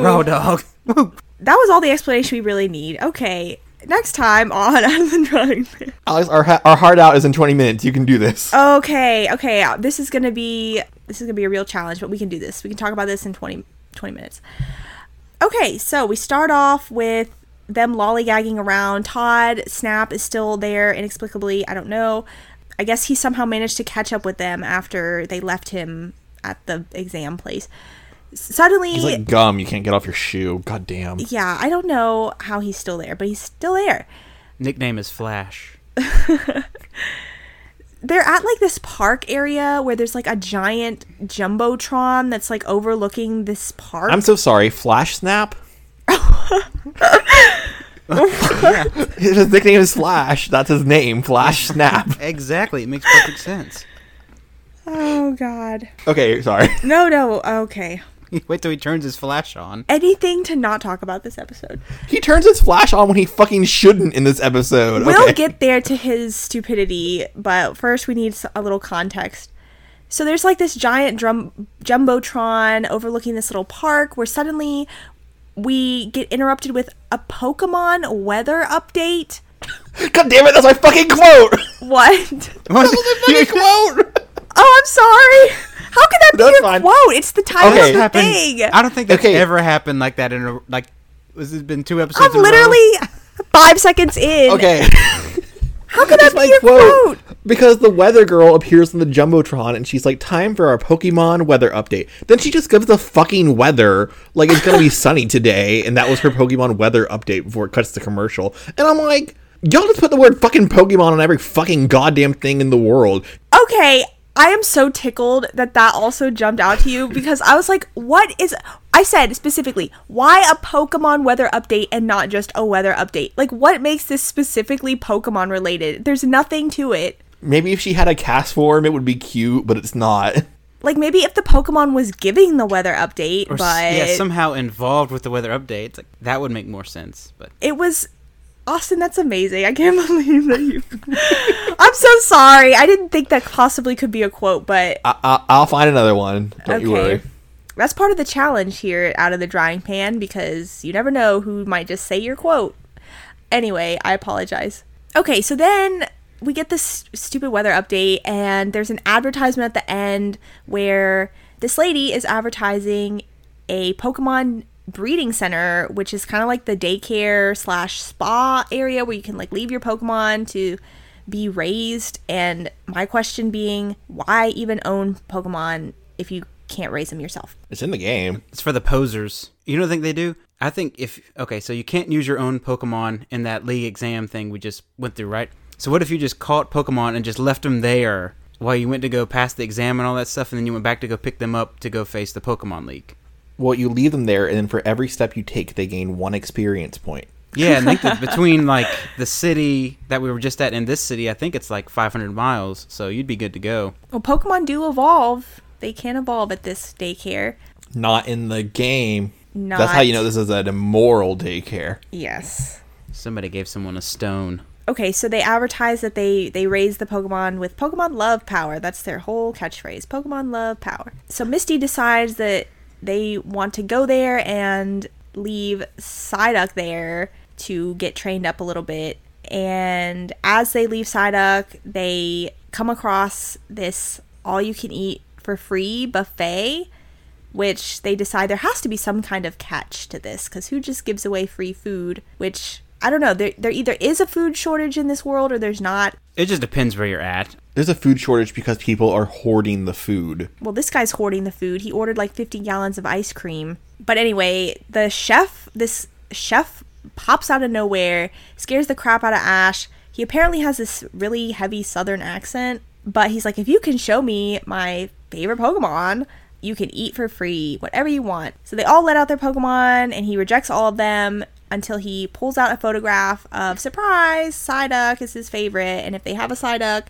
B: Raw dog. Woo!
C: That was all the explanation we really need. Okay, next time on Out of the Drawing Board.
D: Alex, our, ha- our heart out is in 20 minutes. You can do this.
C: Oh, Okay, okay, uh, this is gonna be this is gonna be a real challenge, but we can do this. We can talk about this in 20, 20 minutes. Okay, so we start off with them lollygagging around. Todd Snap is still there inexplicably. I don't know. I guess he somehow managed to catch up with them after they left him at the exam place. S- Suddenly,
D: It's like gum. You can't get off your shoe. God damn.
C: yeah, I don't know how he's still there, but he's still there.
B: Nickname is Flash.
C: they're at like this park area where there's like a giant jumbotron that's like overlooking this park.
D: I'm so sorry. Flash Snap? his nickname is Flash. That's his name. Flash Snap.
B: Exactly. It makes perfect sense.
C: oh god.
D: Okay, sorry.
C: No, no. Okay.
B: Wait till he turns his Flash on.
C: Anything to not talk about this episode.
D: He turns his flash on when he fucking shouldn't in this episode.
C: We'll
D: okay.
C: get there to his stupidity, but first we need s- a little context. So there's like this giant drum jumbotron overlooking this little park where suddenly we get interrupted with a Pokemon weather update.
D: God damn it, that's my fucking quote!
C: What?
B: What?
D: fucking quote!
C: Oh, I'm sorry. How could that be
D: That's
C: your
D: fine.
C: quote? It's the title
D: Okay.
C: of the
B: happened-
C: thing.
B: I don't think that's
D: Okay.
B: ever happened like that in a like. Was it been two episodes?
C: I'm
B: in a row?
C: literally five seconds in.
D: Okay.
C: How could that
D: That's
C: be
D: my
C: your quote?
D: quote. Because the weather girl appears in the Jumbotron and she's like, time for our Pokemon weather update. Then she just gives the fucking weather, like, it's gonna be sunny today. And that was her Pokemon weather update before it cuts to commercial. And I'm like, y'all just put the word fucking Pokemon on every fucking goddamn thing in the world.
C: Okay. I am so tickled that that also jumped out to you because I was like, what is. I said specifically, why a Pokemon weather update and not just a weather update? Like, what makes this specifically Pokemon related? There's nothing to it.
D: Maybe if she had a cast form, it would be cute, but it's not.
C: Like, maybe if the Pokemon was giving the weather update,
B: Or s-
C: but.
B: yeah, somehow involved with the weather updates. Like, that would make more sense. But
C: it was Austin, that's amazing. I can't believe that you. I'm so sorry. I didn't think that possibly could be a quote, but
D: I- I- I'll find another one. Don't Ah, you
C: okay.
D: worry.
C: That's part of the challenge here out of the drying pan because you never know who might just say your quote. Anyway, I apologize. Okay, so then we get this stupid weather update, and there's an advertisement at the end where this lady is advertising a Pokemon breeding center, which is kind of like the daycare slash spa area where you can like leave your Pokemon to be raised. And my question being, why even own Pokemon if you can't raise them yourself?
D: It's in the game.
B: it's for the posers. You don't think they do? I think if okay, so you can't use your own Pokemon in that league exam thing we just went through, right? So what if you just caught Pokemon and just left them there while you went to go pass the exam and all that stuff, and then you went back to go pick them up to go face the Pokemon League?
D: Well, you leave them there, and then for every step you take, they gain one experience point.
B: Yeah, and I think that between like the city that we were just at and this city, I think it's like 500 miles, so you'd be good to go.
C: Well, Pokemon do evolve. They can't evolve at this daycare.
D: Not in the game.
C: Not-
D: That's how you know this is an immoral daycare.
C: Yes.
B: Somebody gave someone a stone.
C: Okay, so they advertise that they they raise the Pokemon with Pokemon Love Power. That's their whole catchphrase. Pokemon Love Power. So Misty decides that they want to go there and leave Psyduck there to get trained up a little bit. And as they leave Psyduck, they come across this all you can eat for free buffet which they decide there has to be some kind of catch to this because who just gives away free food which i don't know there, there either is a food shortage in this world or there's not
B: It just depends where you're at.
D: There's a food shortage because people are hoarding the food.
C: well this guy's hoarding the food he ordered like 50 gallons of ice cream but anyway the chef this chef pops out of nowhere scares the crap out of ash he apparently has this really heavy southern accent but he's like if you can show me my favorite pokemon you can eat for free whatever you want so they all let out their pokemon and he rejects all of them until he pulls out a photograph of surprise psyduck is his favorite and if they have a psyduck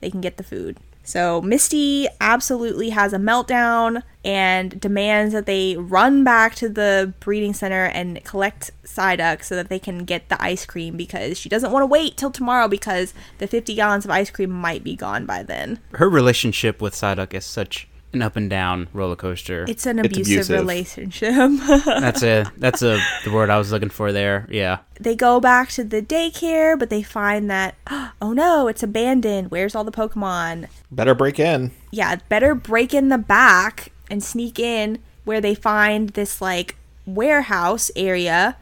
C: they can get the food. So Misty absolutely has a meltdown and demands that they run back to the breeding center and collect Psyduck so that they can get the ice cream because she doesn't want to wait till tomorrow because the 50 gallons of ice cream might be gone by then.
B: Her relationship with Psyduck is such an up and down roller coaster.
C: It's an
D: It's
C: abusive,
D: abusive.
C: relationship.
B: that's a that's a the word I was looking for there. Yeah.
C: they go back to the daycare, but they find that, oh no, it's abandoned. Where's all the Pokemon?
D: Better break in.
C: yeah, better break in the back and sneak in where they find this like warehouse area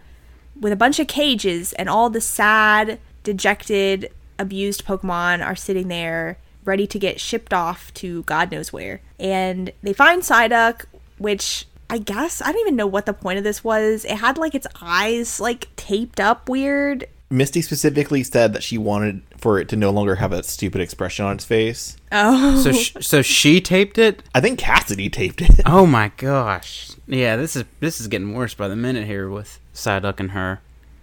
C: with a bunch of cages and all the sad, dejected, abused Pokemon are sitting there ready to get shipped off to God knows where. And they find Psyduck, which I guess I don't even know what the point of this was. It had like its eyes like taped up weird.
D: Misty specifically said that she wanted for it to no longer have that stupid expression on its face.
B: So sh- so she taped it.
D: I think Cassidy taped it.
B: Oh my gosh. Yeah, this is this is getting worse by the minute here with Psyduck and her.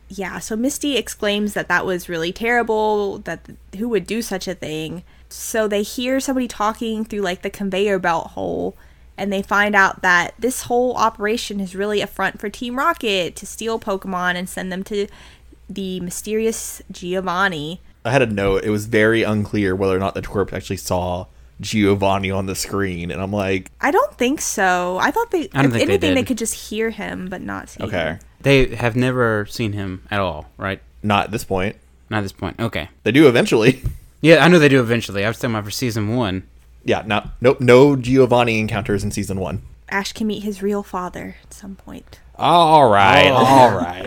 C: yeah so misty exclaims that that was really terrible that who would do such a thing so they hear somebody talking through like the conveyor belt hole and they find out that this whole operation is really a front for team rocket to steal pokemon and send them to the mysterious giovanni
D: I had a note. It was very unclear whether or not the twerp actually saw Giovanni on the screen, and I'm like,
C: i don't think so i thought they
B: I don't
C: if
B: think they
C: anything they,
B: did.
C: could just hear him but not see
D: okay,
C: him.
B: They have never seen him at all, right?
D: not at this point.
B: Not at this point. Okay.
D: They do eventually.
B: Yeah, I know they do eventually. I was talking about for season one.
D: yeah, not nope, no Giovanni encounters in season one.
C: ash can meet his real father at some point
D: All right, all right.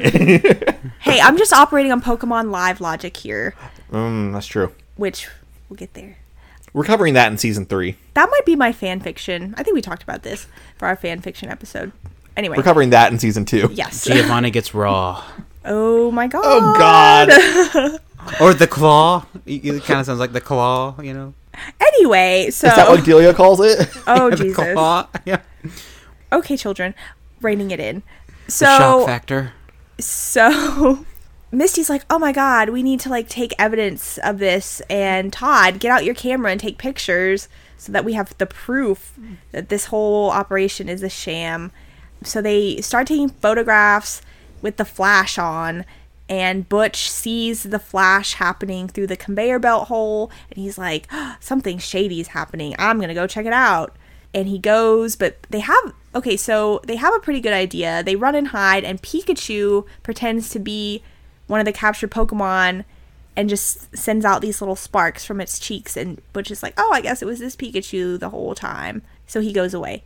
C: hey i'm just operating on pokemon live logic here
D: Mm, That's true.
C: which we'll get there
D: We're covering that in season three.
C: That might be my fan fiction. I think we talked about this for our fan fiction episode. Anyway,
D: We're covering that in season two.
C: yes.
B: Giovanni gets raw.
C: oh my god.
D: Oh God.
B: Or the claw. It, it kind of sounds like the claw, you know?
C: Anyway, so
D: Is that what Delia calls it?
C: oh
B: the
C: Jesus.
B: claw. Yeah.
C: Okay, children, reining it in.
B: Shock
C: So
B: factor.
C: so Misty's like, "Oh my god, we need to like take evidence of this and Todd, get out your camera and take pictures so that we have the proof that this whole operation is a sham." So they start taking photographs with the flash on and Butch sees the flash happening through the conveyor belt hole and he's like, "Something shady is happening. I'm going to go check it out." and he goes but they have okay so they have a pretty good idea they run and hide and pikachu pretends to be one of the captured pokemon and just sends out these little sparks from its cheeks and butch is like oh i guess it was this pikachu the whole time so he goes away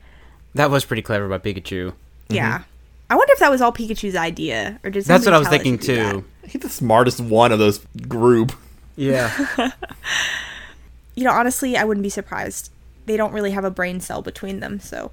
B: That was pretty clever by Pikachu.
C: yeah i wonder if that was all pikachu's idea or did
B: Mm-hmm. That's what
C: somebody
B: I was
C: tell it
B: thinking
C: to do that?
B: too.
D: He's the smartest one of those group.
B: Yeah.
C: you know, honestly, I wouldn't be surprised. They don't really have a brain cell between them, so.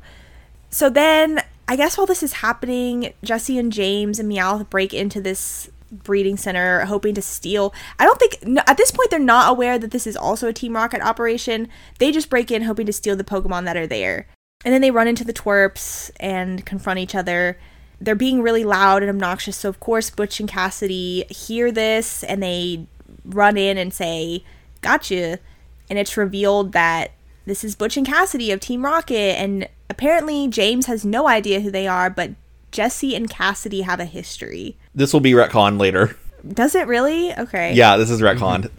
C: So then, I guess while this is happening, Jesse and James and Meowth break into this breeding center hoping to steal. I don't think no, at this point they're not aware that this is also a Team Rocket operation. They just break in hoping to steal the Pokemon that are there. And then they run into the twerps and confront each other. They're being really loud and obnoxious, so of course Butch and Cassidy hear this and they run in and say, Gotcha. And it's revealed that This is Butch and Cassidy of Team Rocket, and apparently James has no idea who they are, but Jesse and Cassidy have a history.
D: This will be retcon later.
C: Does it really? Okay.
D: Yeah, this is
C: Mm-hmm.
D: retconned.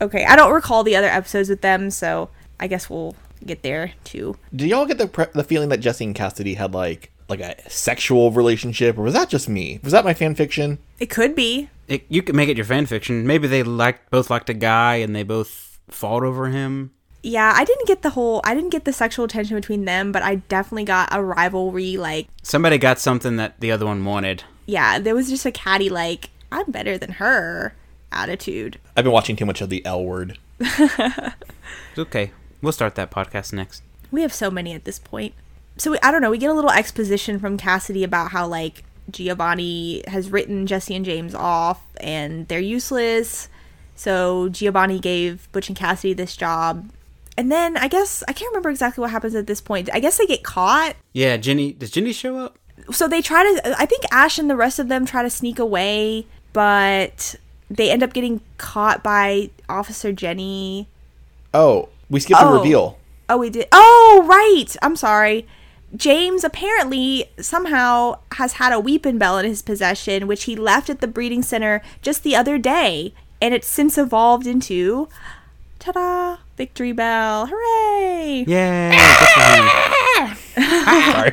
C: Okay. I don't recall the other episodes with them, so I guess we'll get there too.
D: Did y'all get the pre- the feeling that Jesse and Cassidy had like like a sexual relationship, or was that just me? Was that my fan fiction?
C: It could be.
B: It, you could make it your fan fiction. Maybe they liked both liked a guy and they both fought over him.
C: Yeah, I didn't get the whole I didn't get the sexual tension between them, but I definitely got a rivalry like
B: Somebody got something that the other one wanted.
C: yeah, there was just a catty like I'm better than her attitude.
D: I've been watching too much of the L word.
B: It's okay. We'll start that podcast next.
C: We have so many at this point. So we, I don't know, we get a little exposition from Cassidy about how like Giovanni has written Jesse and James off and they're useless. So Giovanni gave Butch and Cassidy this job. And then I guess I can't remember exactly what happens at this point. I guess they get caught
B: Yeah, Jenny. Does Jenny show up?
C: so they try to i think ash and the rest of them try to sneak away but they end up getting caught by officer jenny
D: Oh, we skipped the
C: Oh.
D: reveal.
C: oh we did oh right i'm sorry james apparently somehow has had a weeping bell in his possession which he left at the breeding center just the other day and it's since evolved into ta-da victory bell hooray
B: Yeah. good for him.
D: Sorry.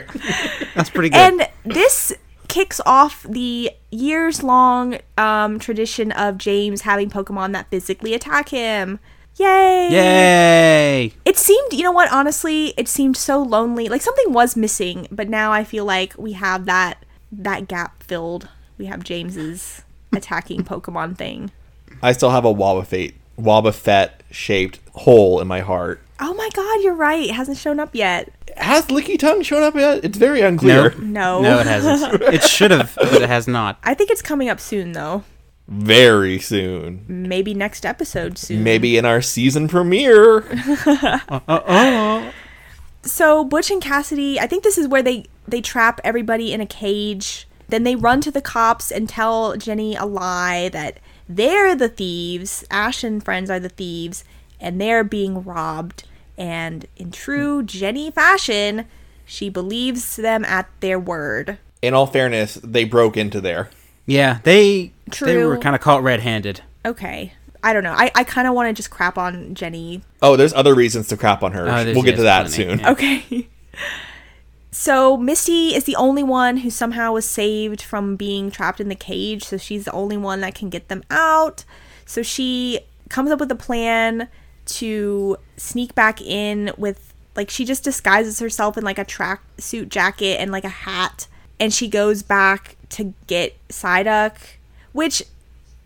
B: That's pretty good.
C: And this kicks off the years long um, tradition of James having Pokemon that physically attack him. Yay!
B: Yay!
C: It seemed, you know what, honestly, it seemed so lonely. Like something was missing, but now I feel like we have that that gap filled. We have James's attacking Pokemon thing.
D: I still have a Wobbuffet Wobbuffet shaped hole in my heart.
C: Oh my god, you're right. It hasn't shown up yet.
D: Has Licky Tongue shown up yet? It's very unclear.
C: No.
B: No, it hasn't. It should have, but it has not.
C: I think it's coming up soon though.
D: Very soon.
C: Maybe next episode soon.
D: Maybe in our season premiere.
C: so Butch and Cassidy, I think this is where they they trap everybody in a cage. Then they run to the cops and tell Jenny a lie that they're the thieves. Ash and friends are the thieves, and they're being robbed. And in true Jenny fashion, she believes them at their word.
D: In all fairness, they broke into there.
B: Yeah, they they
C: True.
B: were kind of caught red-handed.
C: Okay. I don't know. I, I kind of want to just crap on Jenny
D: Oh, there's other reasons to crap on her.
B: Oh, there's-
D: we'll get to that
B: yes, plenty,
D: soon.
B: yeah.
C: Okay. So Misty is the only one who somehow was saved from being trapped in the cage, so she's the only one that can get them out. So she comes up with a plan to sneak back in with like she just disguises herself in like a track suit jacket and like a hat and she goes back to get Psyduck, which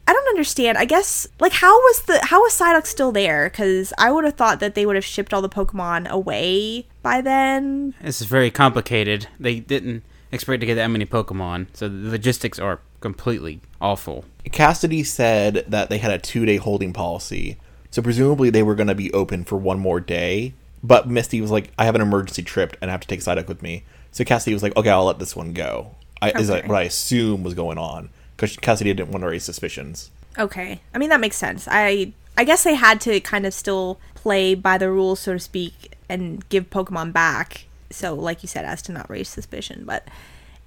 C: I don't understand. I guess like how was the how was Psyduck still there? Because I would have thought that they would have shipped all the Pokemon away by then.
B: This is very complicated. They didn't expect to get that many Pokemon, so the logistics are completely awful.
D: Cassidy said that they had a two day holding policy. So presumably they were going to be open for one more day. But Misty was like, I have an emergency trip and I have to take Psyduck with me. So Cassidy was like, okay, I'll let this one go. I, Is that
C: Okay.
D: what I assume was going on. Because Cassidy didn't want to raise suspicions.
C: Okay, I mean that makes sense. I I guess they had to kind of still play by the rules, so to speak, and give Pokemon back. So like you said, as to not raise suspicion. But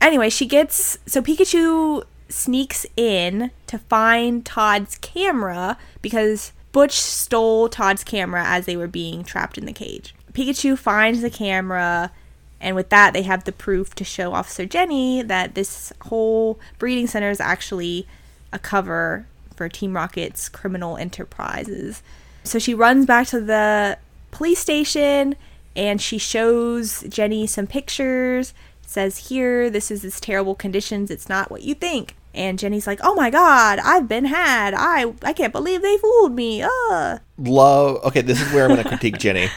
C: anyway, she gets so Pikachu sneaks in to find Todd's camera because Butch stole Todd's camera as they were being trapped in the cage. Pikachu finds the camera and with that, they have the proof to show Officer Jenny that this whole breeding center is actually a cover for Team Rocket's criminal enterprises. So she runs back to the police station and she shows Jenny some pictures, says, Here, this is this terrible conditions. It's not what you think. And Jenny's like, Oh my God, I've been had. I, I can't believe they fooled me. Uh.
D: love. Okay, this is where I'm going to critique Jenny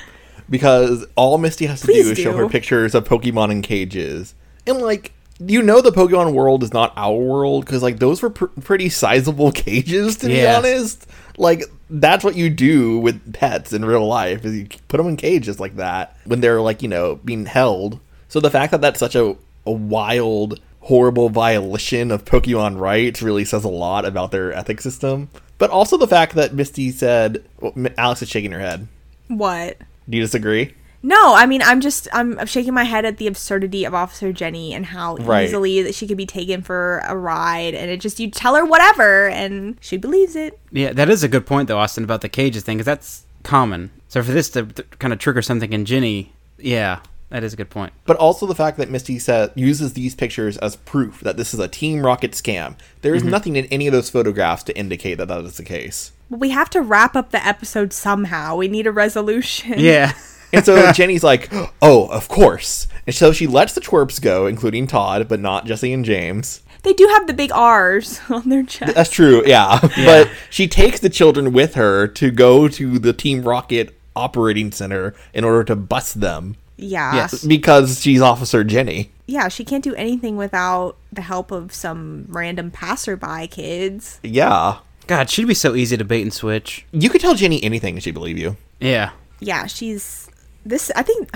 D: because all Misty has to
C: Please
D: do is show
C: do.
D: her pictures of Pokemon in cages, and like you know, the Pokemon world is not our world because like those were pr- pretty sizable cages to
B: Yeah.
D: be honest. Like that's what you do with pets in real life is you put them in cages like that when they're like you know being held. So the fact that that's such a a wild horrible violation of Pokemon rights really says a lot about their ethics system. But also the fact that Misty said well, M- Alex is shaking her head.
C: What?
D: Do you disagree?
C: No, I mean, I'm just I'm, I'm shaking my head at the absurdity of Officer Jenny and how
D: Right.
C: easily that she could be taken for a ride, and it just you tell her whatever, and she believes it.
B: Yeah, that is a good point though, Austin, about the cages thing, because that's common. So for this to, kind of trigger something in Ginny, yeah, that is a good point.
D: But also the fact that Misty said, uses these pictures as proof that this is a Team Rocket scam. There is nothing in any of those photographs to indicate that that is the case.
C: But we have to wrap up the episode somehow. We need a resolution.
B: Yeah,
D: And so Jenny's like, oh, of course. And so she lets the twerps go, including Todd, but not Jesse and James.
C: They do have the big R's on their chest.
D: That's true, yeah. But she takes the children with her to go to the Team Rocket operating center in order to bust them
C: Yeah.
B: Yes.
D: because she's Officer Jenny.
C: Yeah, she can't do anything without the help of some random passerby kids.
D: Yeah.
B: God, she'd be so easy to bait and switch.
D: You could tell Jenny anything and she'd believe you.
B: Yeah,
C: Yeah, she's this I think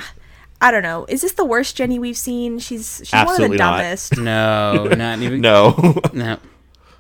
C: I don't know. Is this the worst Jenny we've seen? She's she's one of
D: Absolutely
C: the
D: not.
C: dumbest.
B: no, not even
D: No.
B: no.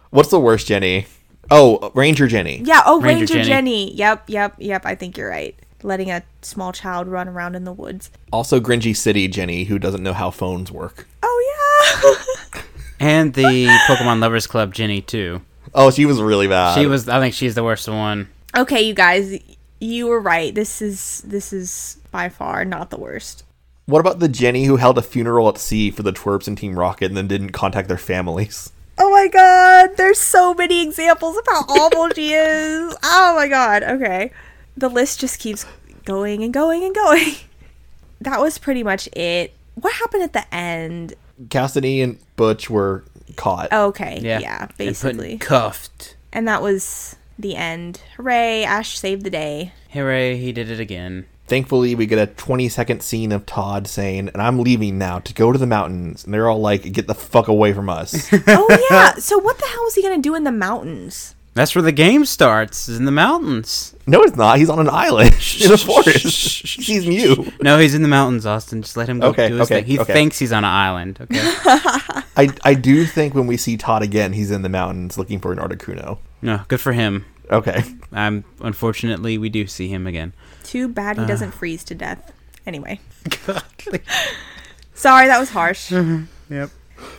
D: What's the worst Jenny? Oh, Ranger Jenny.
C: Yeah. Oh,
B: Ranger
C: Ranger,
B: Jenny.
C: Jenny. Yep. Yep. Yep. I think you're right. Letting a small child run around in the woods.
D: Also Gringy City Jenny who doesn't know how phones work.
C: Oh yeah.
B: And the Pokemon Lovers Club Ginny too.
D: Oh, she was really bad.
B: She was. I think she's the worst one.
C: okay, you guys, you were right. This is this is by far not the worst.
D: What about the Jenny who held a funeral at sea for the twerps and Team Rocket and then didn't contact their families?
C: Oh my god, there's so many examples of how awful she is. Oh my god. Okay. The list just keeps going and going and going. That was pretty much it. What happened at the end?
D: Cassidy and Butch were caught.
B: Oh.
C: Okay.
B: Yeah,
C: Yeah,
B: And put-
C: basically.
B: cuffed.
C: and that was the end. Hooray, Ash saved the day.
B: Hooray! He did it again.
D: Thankfully, we get a 20 second scene of Todd saying, and I'm leaving now to go to the mountains. And they're all like, get the fuck away from us.
C: oh yeah. So what the hell is he gonna do in the mountains?
B: That's where the game starts. Is in the mountains.
D: no, it's not. He's on an island in a forest. He's new.
B: No, he's in the mountains, Austin. Just let him go
D: Okay,
B: do his
D: okay,
B: thing. He
D: okay.
B: thinks he's on an island. Okay.
D: I, I do think when we see Todd again, he's in the mountains looking for an Articuno.
B: no, good for him.
D: Okay.
B: I'm unfortunately we do see him again.
C: Too bad he doesn't freeze to death. Anyway. Sorry, that was harsh.
B: Mm-hmm.
C: Yep.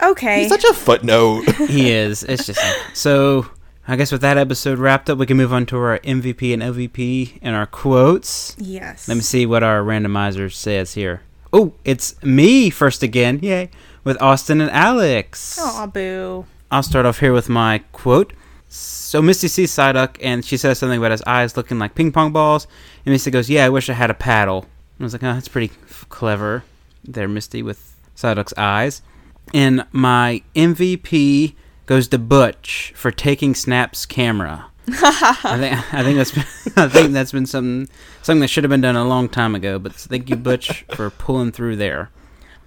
C: Okay.
D: He's such a footnote.
B: He is. It's just so. I guess with that episode wrapped up, we can move on to our MVP and LVP and our quotes.
C: yes.
B: Let me see what our randomizer says here. Oh, it's me first again. Yay. With Austin and Alex.
C: Aw, boo.
B: I'll start off here with my quote. So Misty sees Psyduck and she says something about his eyes looking like ping pong balls. And Misty goes, Yeah, I wish I had a paddle. And I was like, Oh, that's pretty f- clever there, Misty, with Psyduck's eyes. And my MVP goes to Butch for taking Snap's camera. I think I think that's been, I think that's been something something that should have been done a long time ago. But thank you, Butch, for pulling through there.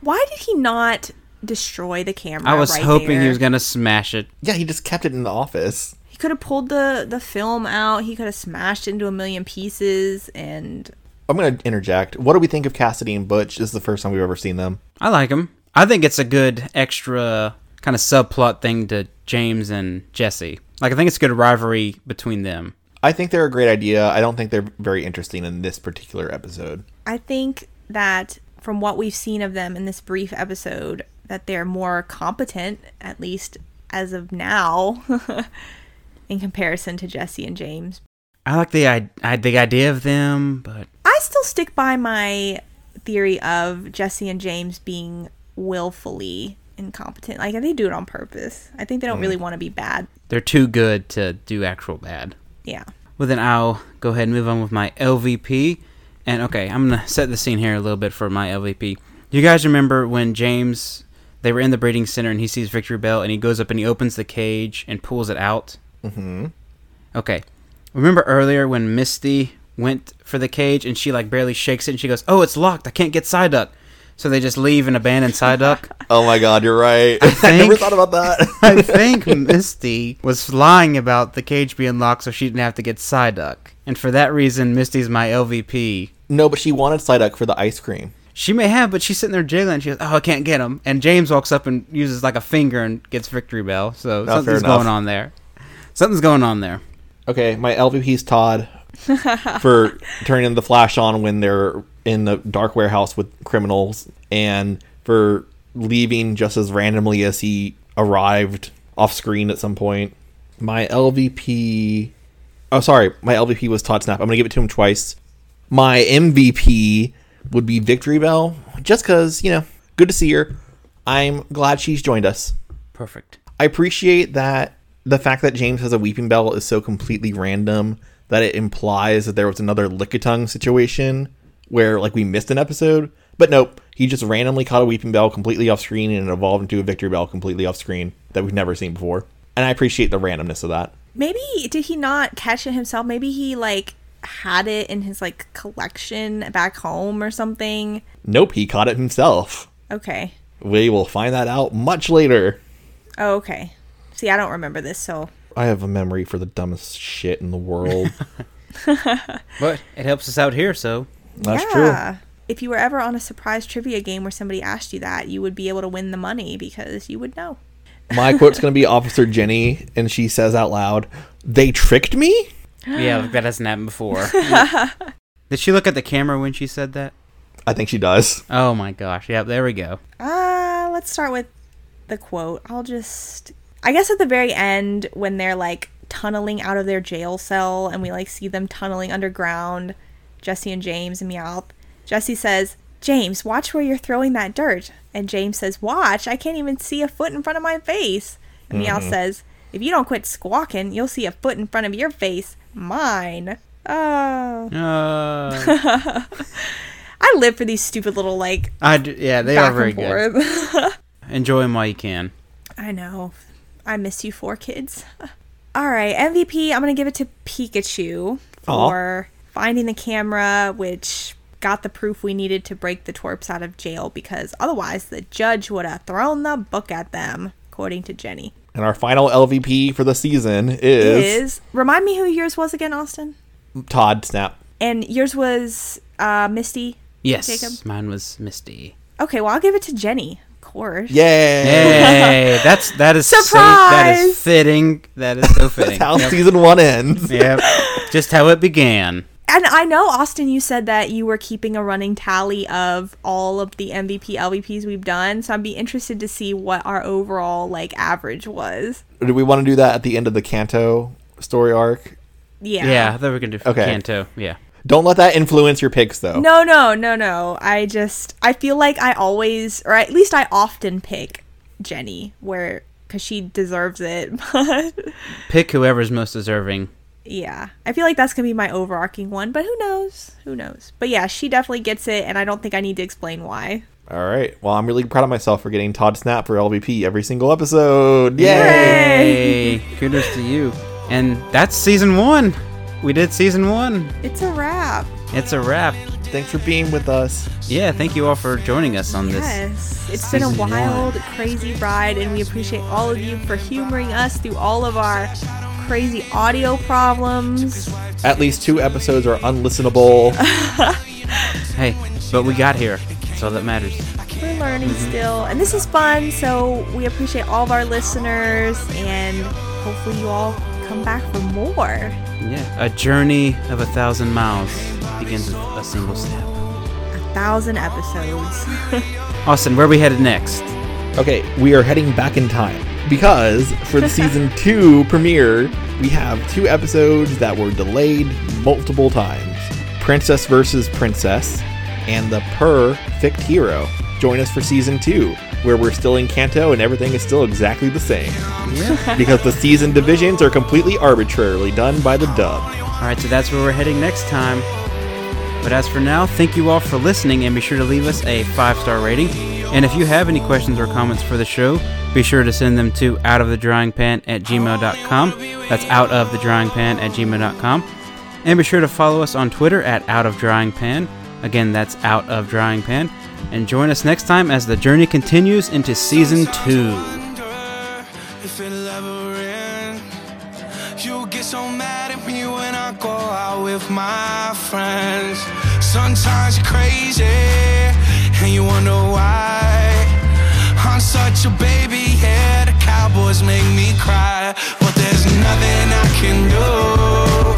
C: Why did he not destroy the camera?
B: I was
C: right
B: hoping he
C: there?
B: was gonna smash it.
D: yeah, he just kept it in the office.
C: He could have pulled the the film out. He could have smashed it into a million pieces. And
D: I'm going to interject. What do we think of Cassidy and Butch? This is the first time we've ever seen them.
B: I like him. I think it's a good extra kind of subplot thing to James and Jesse. Like I think it's a good rivalry between them.
D: I think they're a great idea. I don't think they're very interesting in this particular episode.
C: I think that from what we've seen of them in this brief episode, that they're more competent, at least as of now, in comparison to Jesse and James.
B: I like the I, I the idea of them, but
C: I still stick by my theory of Jesse and James being willfully incompetent. Like they do it on purpose. I think they
D: Hmm.
C: don't really want to be bad.
B: they're too good to do actual bad.
C: Yeah.
B: Well, then I'll go ahead and move on with my LVP. And okay, I'm gonna set the scene here a little bit for my LVP. You guys remember when James they were in the breeding center and he sees Victory Bell and he goes up and he opens the cage and pulls it out. Mm-hmm. Okay, remember earlier when Misty went for the cage and she like barely shakes it and she goes, "Oh, it's locked. I can't get Psyduck." So they just leave and abandon Psyduck.
D: Oh my god, you're right. I, never
B: think-
D: thought about that.
B: I think Misty was lying about the cage being locked so she didn't have to get Psyduck. And for that reason, Misty's my LVP.
D: no, but she wanted Psyduck for the ice cream.
B: She may have, but she's sitting there jiggling. and She goes, "Oh, I can't get him." And James walks up and uses like a finger and gets Victory Bell. So
D: Oh, fair
B: something's
D: enough.
B: going on there. Something's going on there.
D: Okay, my LVP's Todd, for turning the flash on when they're in the dark warehouse with criminals and for leaving just as randomly as he arrived off screen at some point. My LVP Oh sorry, my LVP was Todd Snap. I'm gonna give it to him twice. My MVP would be Victory Bell, just cause, you know, good to see her. I'm glad she's joined us.
B: Perfect.
D: I appreciate that the fact that James has a weeping bell is so completely random that it implies that there was another Lickitung situation where like we missed an episode. But nope, he just randomly caught a weeping bell completely off screen and it evolved into a victory bell completely off screen that we've never seen before. And I appreciate the randomness of that.
C: Maybe did he not catch it himself? Maybe he like had it in his like collection back home or something.
D: Nope, he caught it himself.
C: Okay.
D: We will find that out much later.
C: Oh, okay. See, I don't remember this, so
D: I have a memory for the dumbest shit in the world.
B: But it helps us out here, so
D: That's true.
C: If you were ever on a surprise trivia game where somebody asked you that, you would be able to win the money because you would know.
D: My quote's going to be Officer Jenny, and she says out loud, They tricked me?
B: yeah, like that hasn't happened before. Did she look at the camera when she said that?
D: I think she does.
B: Oh my gosh. Yep, there we go.
C: Uh, let's start with the quote. I'll just I guess at the very end when they're like tunneling out of their jail cell and we like see them tunneling underground, Jesse and James and Meowth. Jesse says, "James, watch where you're throwing that dirt." And James says, "Watch, I can't even see a foot in front of my face." And
B: Mm-hmm.
C: Meowth says, "If you don't quit squawking, you'll see a foot in front of your face, mine." Oh,
B: Uh,
C: I live for these stupid little like
B: I d- yeah, they
C: back
B: are very
C: and
B: good.
C: forth.
B: Enjoy them while you can.
C: I know. I miss you four kids. All right, MVP, I'm going to give it to Pikachu for finding the camera, which got the proof we needed to break the twerps out of jail because otherwise the judge would have thrown the book at them, according to Jenny.
D: And our final LVP for the season is,
C: Is remind me who yours was again, Austin?
D: Todd Snap.
C: And yours was uh, Misty.
B: Yes,
C: Jacob?
B: mine was Misty.
C: Okay, well I'll give it to Jenny, of course.
D: Yay!
B: Hey, that's that is so that is
C: Surprise!
B: fitting. That is so fitting.
D: That's how
B: Yep.
D: season one ends.
B: Yep. Just how it began.
C: And I know, Austin, you said that you were keeping a running tally of all of the MVP LVPs we've done. So I'd be interested to see what our overall like average was.
D: Do we want to do that at the end of the Canto story arc?
C: Yeah.
B: Yeah, I thought we were gonna do
D: Okay.
B: Kanto. Yeah.
D: Don't let that influence your picks, though.
C: No, no, no, no. I just I feel like I always, or at least I often pick Jenny, where because she deserves it. But
B: Pick whoever's most deserving.
C: yeah, I feel like that's gonna be my overarching one. But who knows? Who knows? But yeah, she definitely gets it, and I don't think I need to explain why.
D: All right. Well, I'm really proud of myself for getting Todd Snap for LVP every single episode. Yay!
B: Hey, kudos to you. And that's season one. We did season one.
C: It's a wrap.
B: It's a wrap.
D: Thanks for being with us.
B: Yeah, thank you all for joining us on this.
C: Yes, it's been a
B: season one.
C: wild, crazy ride, and we appreciate all of you for humoring us through all of our crazy audio problems.
D: At least two episodes are unlistenable.
B: Hey, but we got here. That's all that matters.
C: We're learning
B: Mm-hmm.
C: still, and this is fun, so we appreciate all of our listeners, and hopefully, you all come back for more.
B: Yeah. A journey of a thousand miles begins with a single step.
C: A thousand episodes.
B: Austin, where are we headed next?
D: okay, we are heading back in time because for the season two premiere, we have two episodes that were delayed multiple times Princess versus Princess and The Perfect Hero. Join us for season two, where we're still in Kanto and everything is still exactly the same. because the season divisions are completely arbitrarily done by the dub.
B: All right, so that's where we're heading next time. But as for now, thank you all for listening and be sure to leave us a five star rating. And if you have any questions or comments for the show, be sure to send them to out of the drying pan at gmail.com. That's out of the drying pan at gmail.com. And be sure to follow us on Twitter at out of drying pan. Again, that's out of drying pan. And join us next time as the journey continues into season two.
J: If it'll ever end, you get so mad at me when I go out with my friends. Sometimes you're crazy, and you wonder why. I'm such a baby, yeah. The cowboys make me cry, but there's nothing I can do.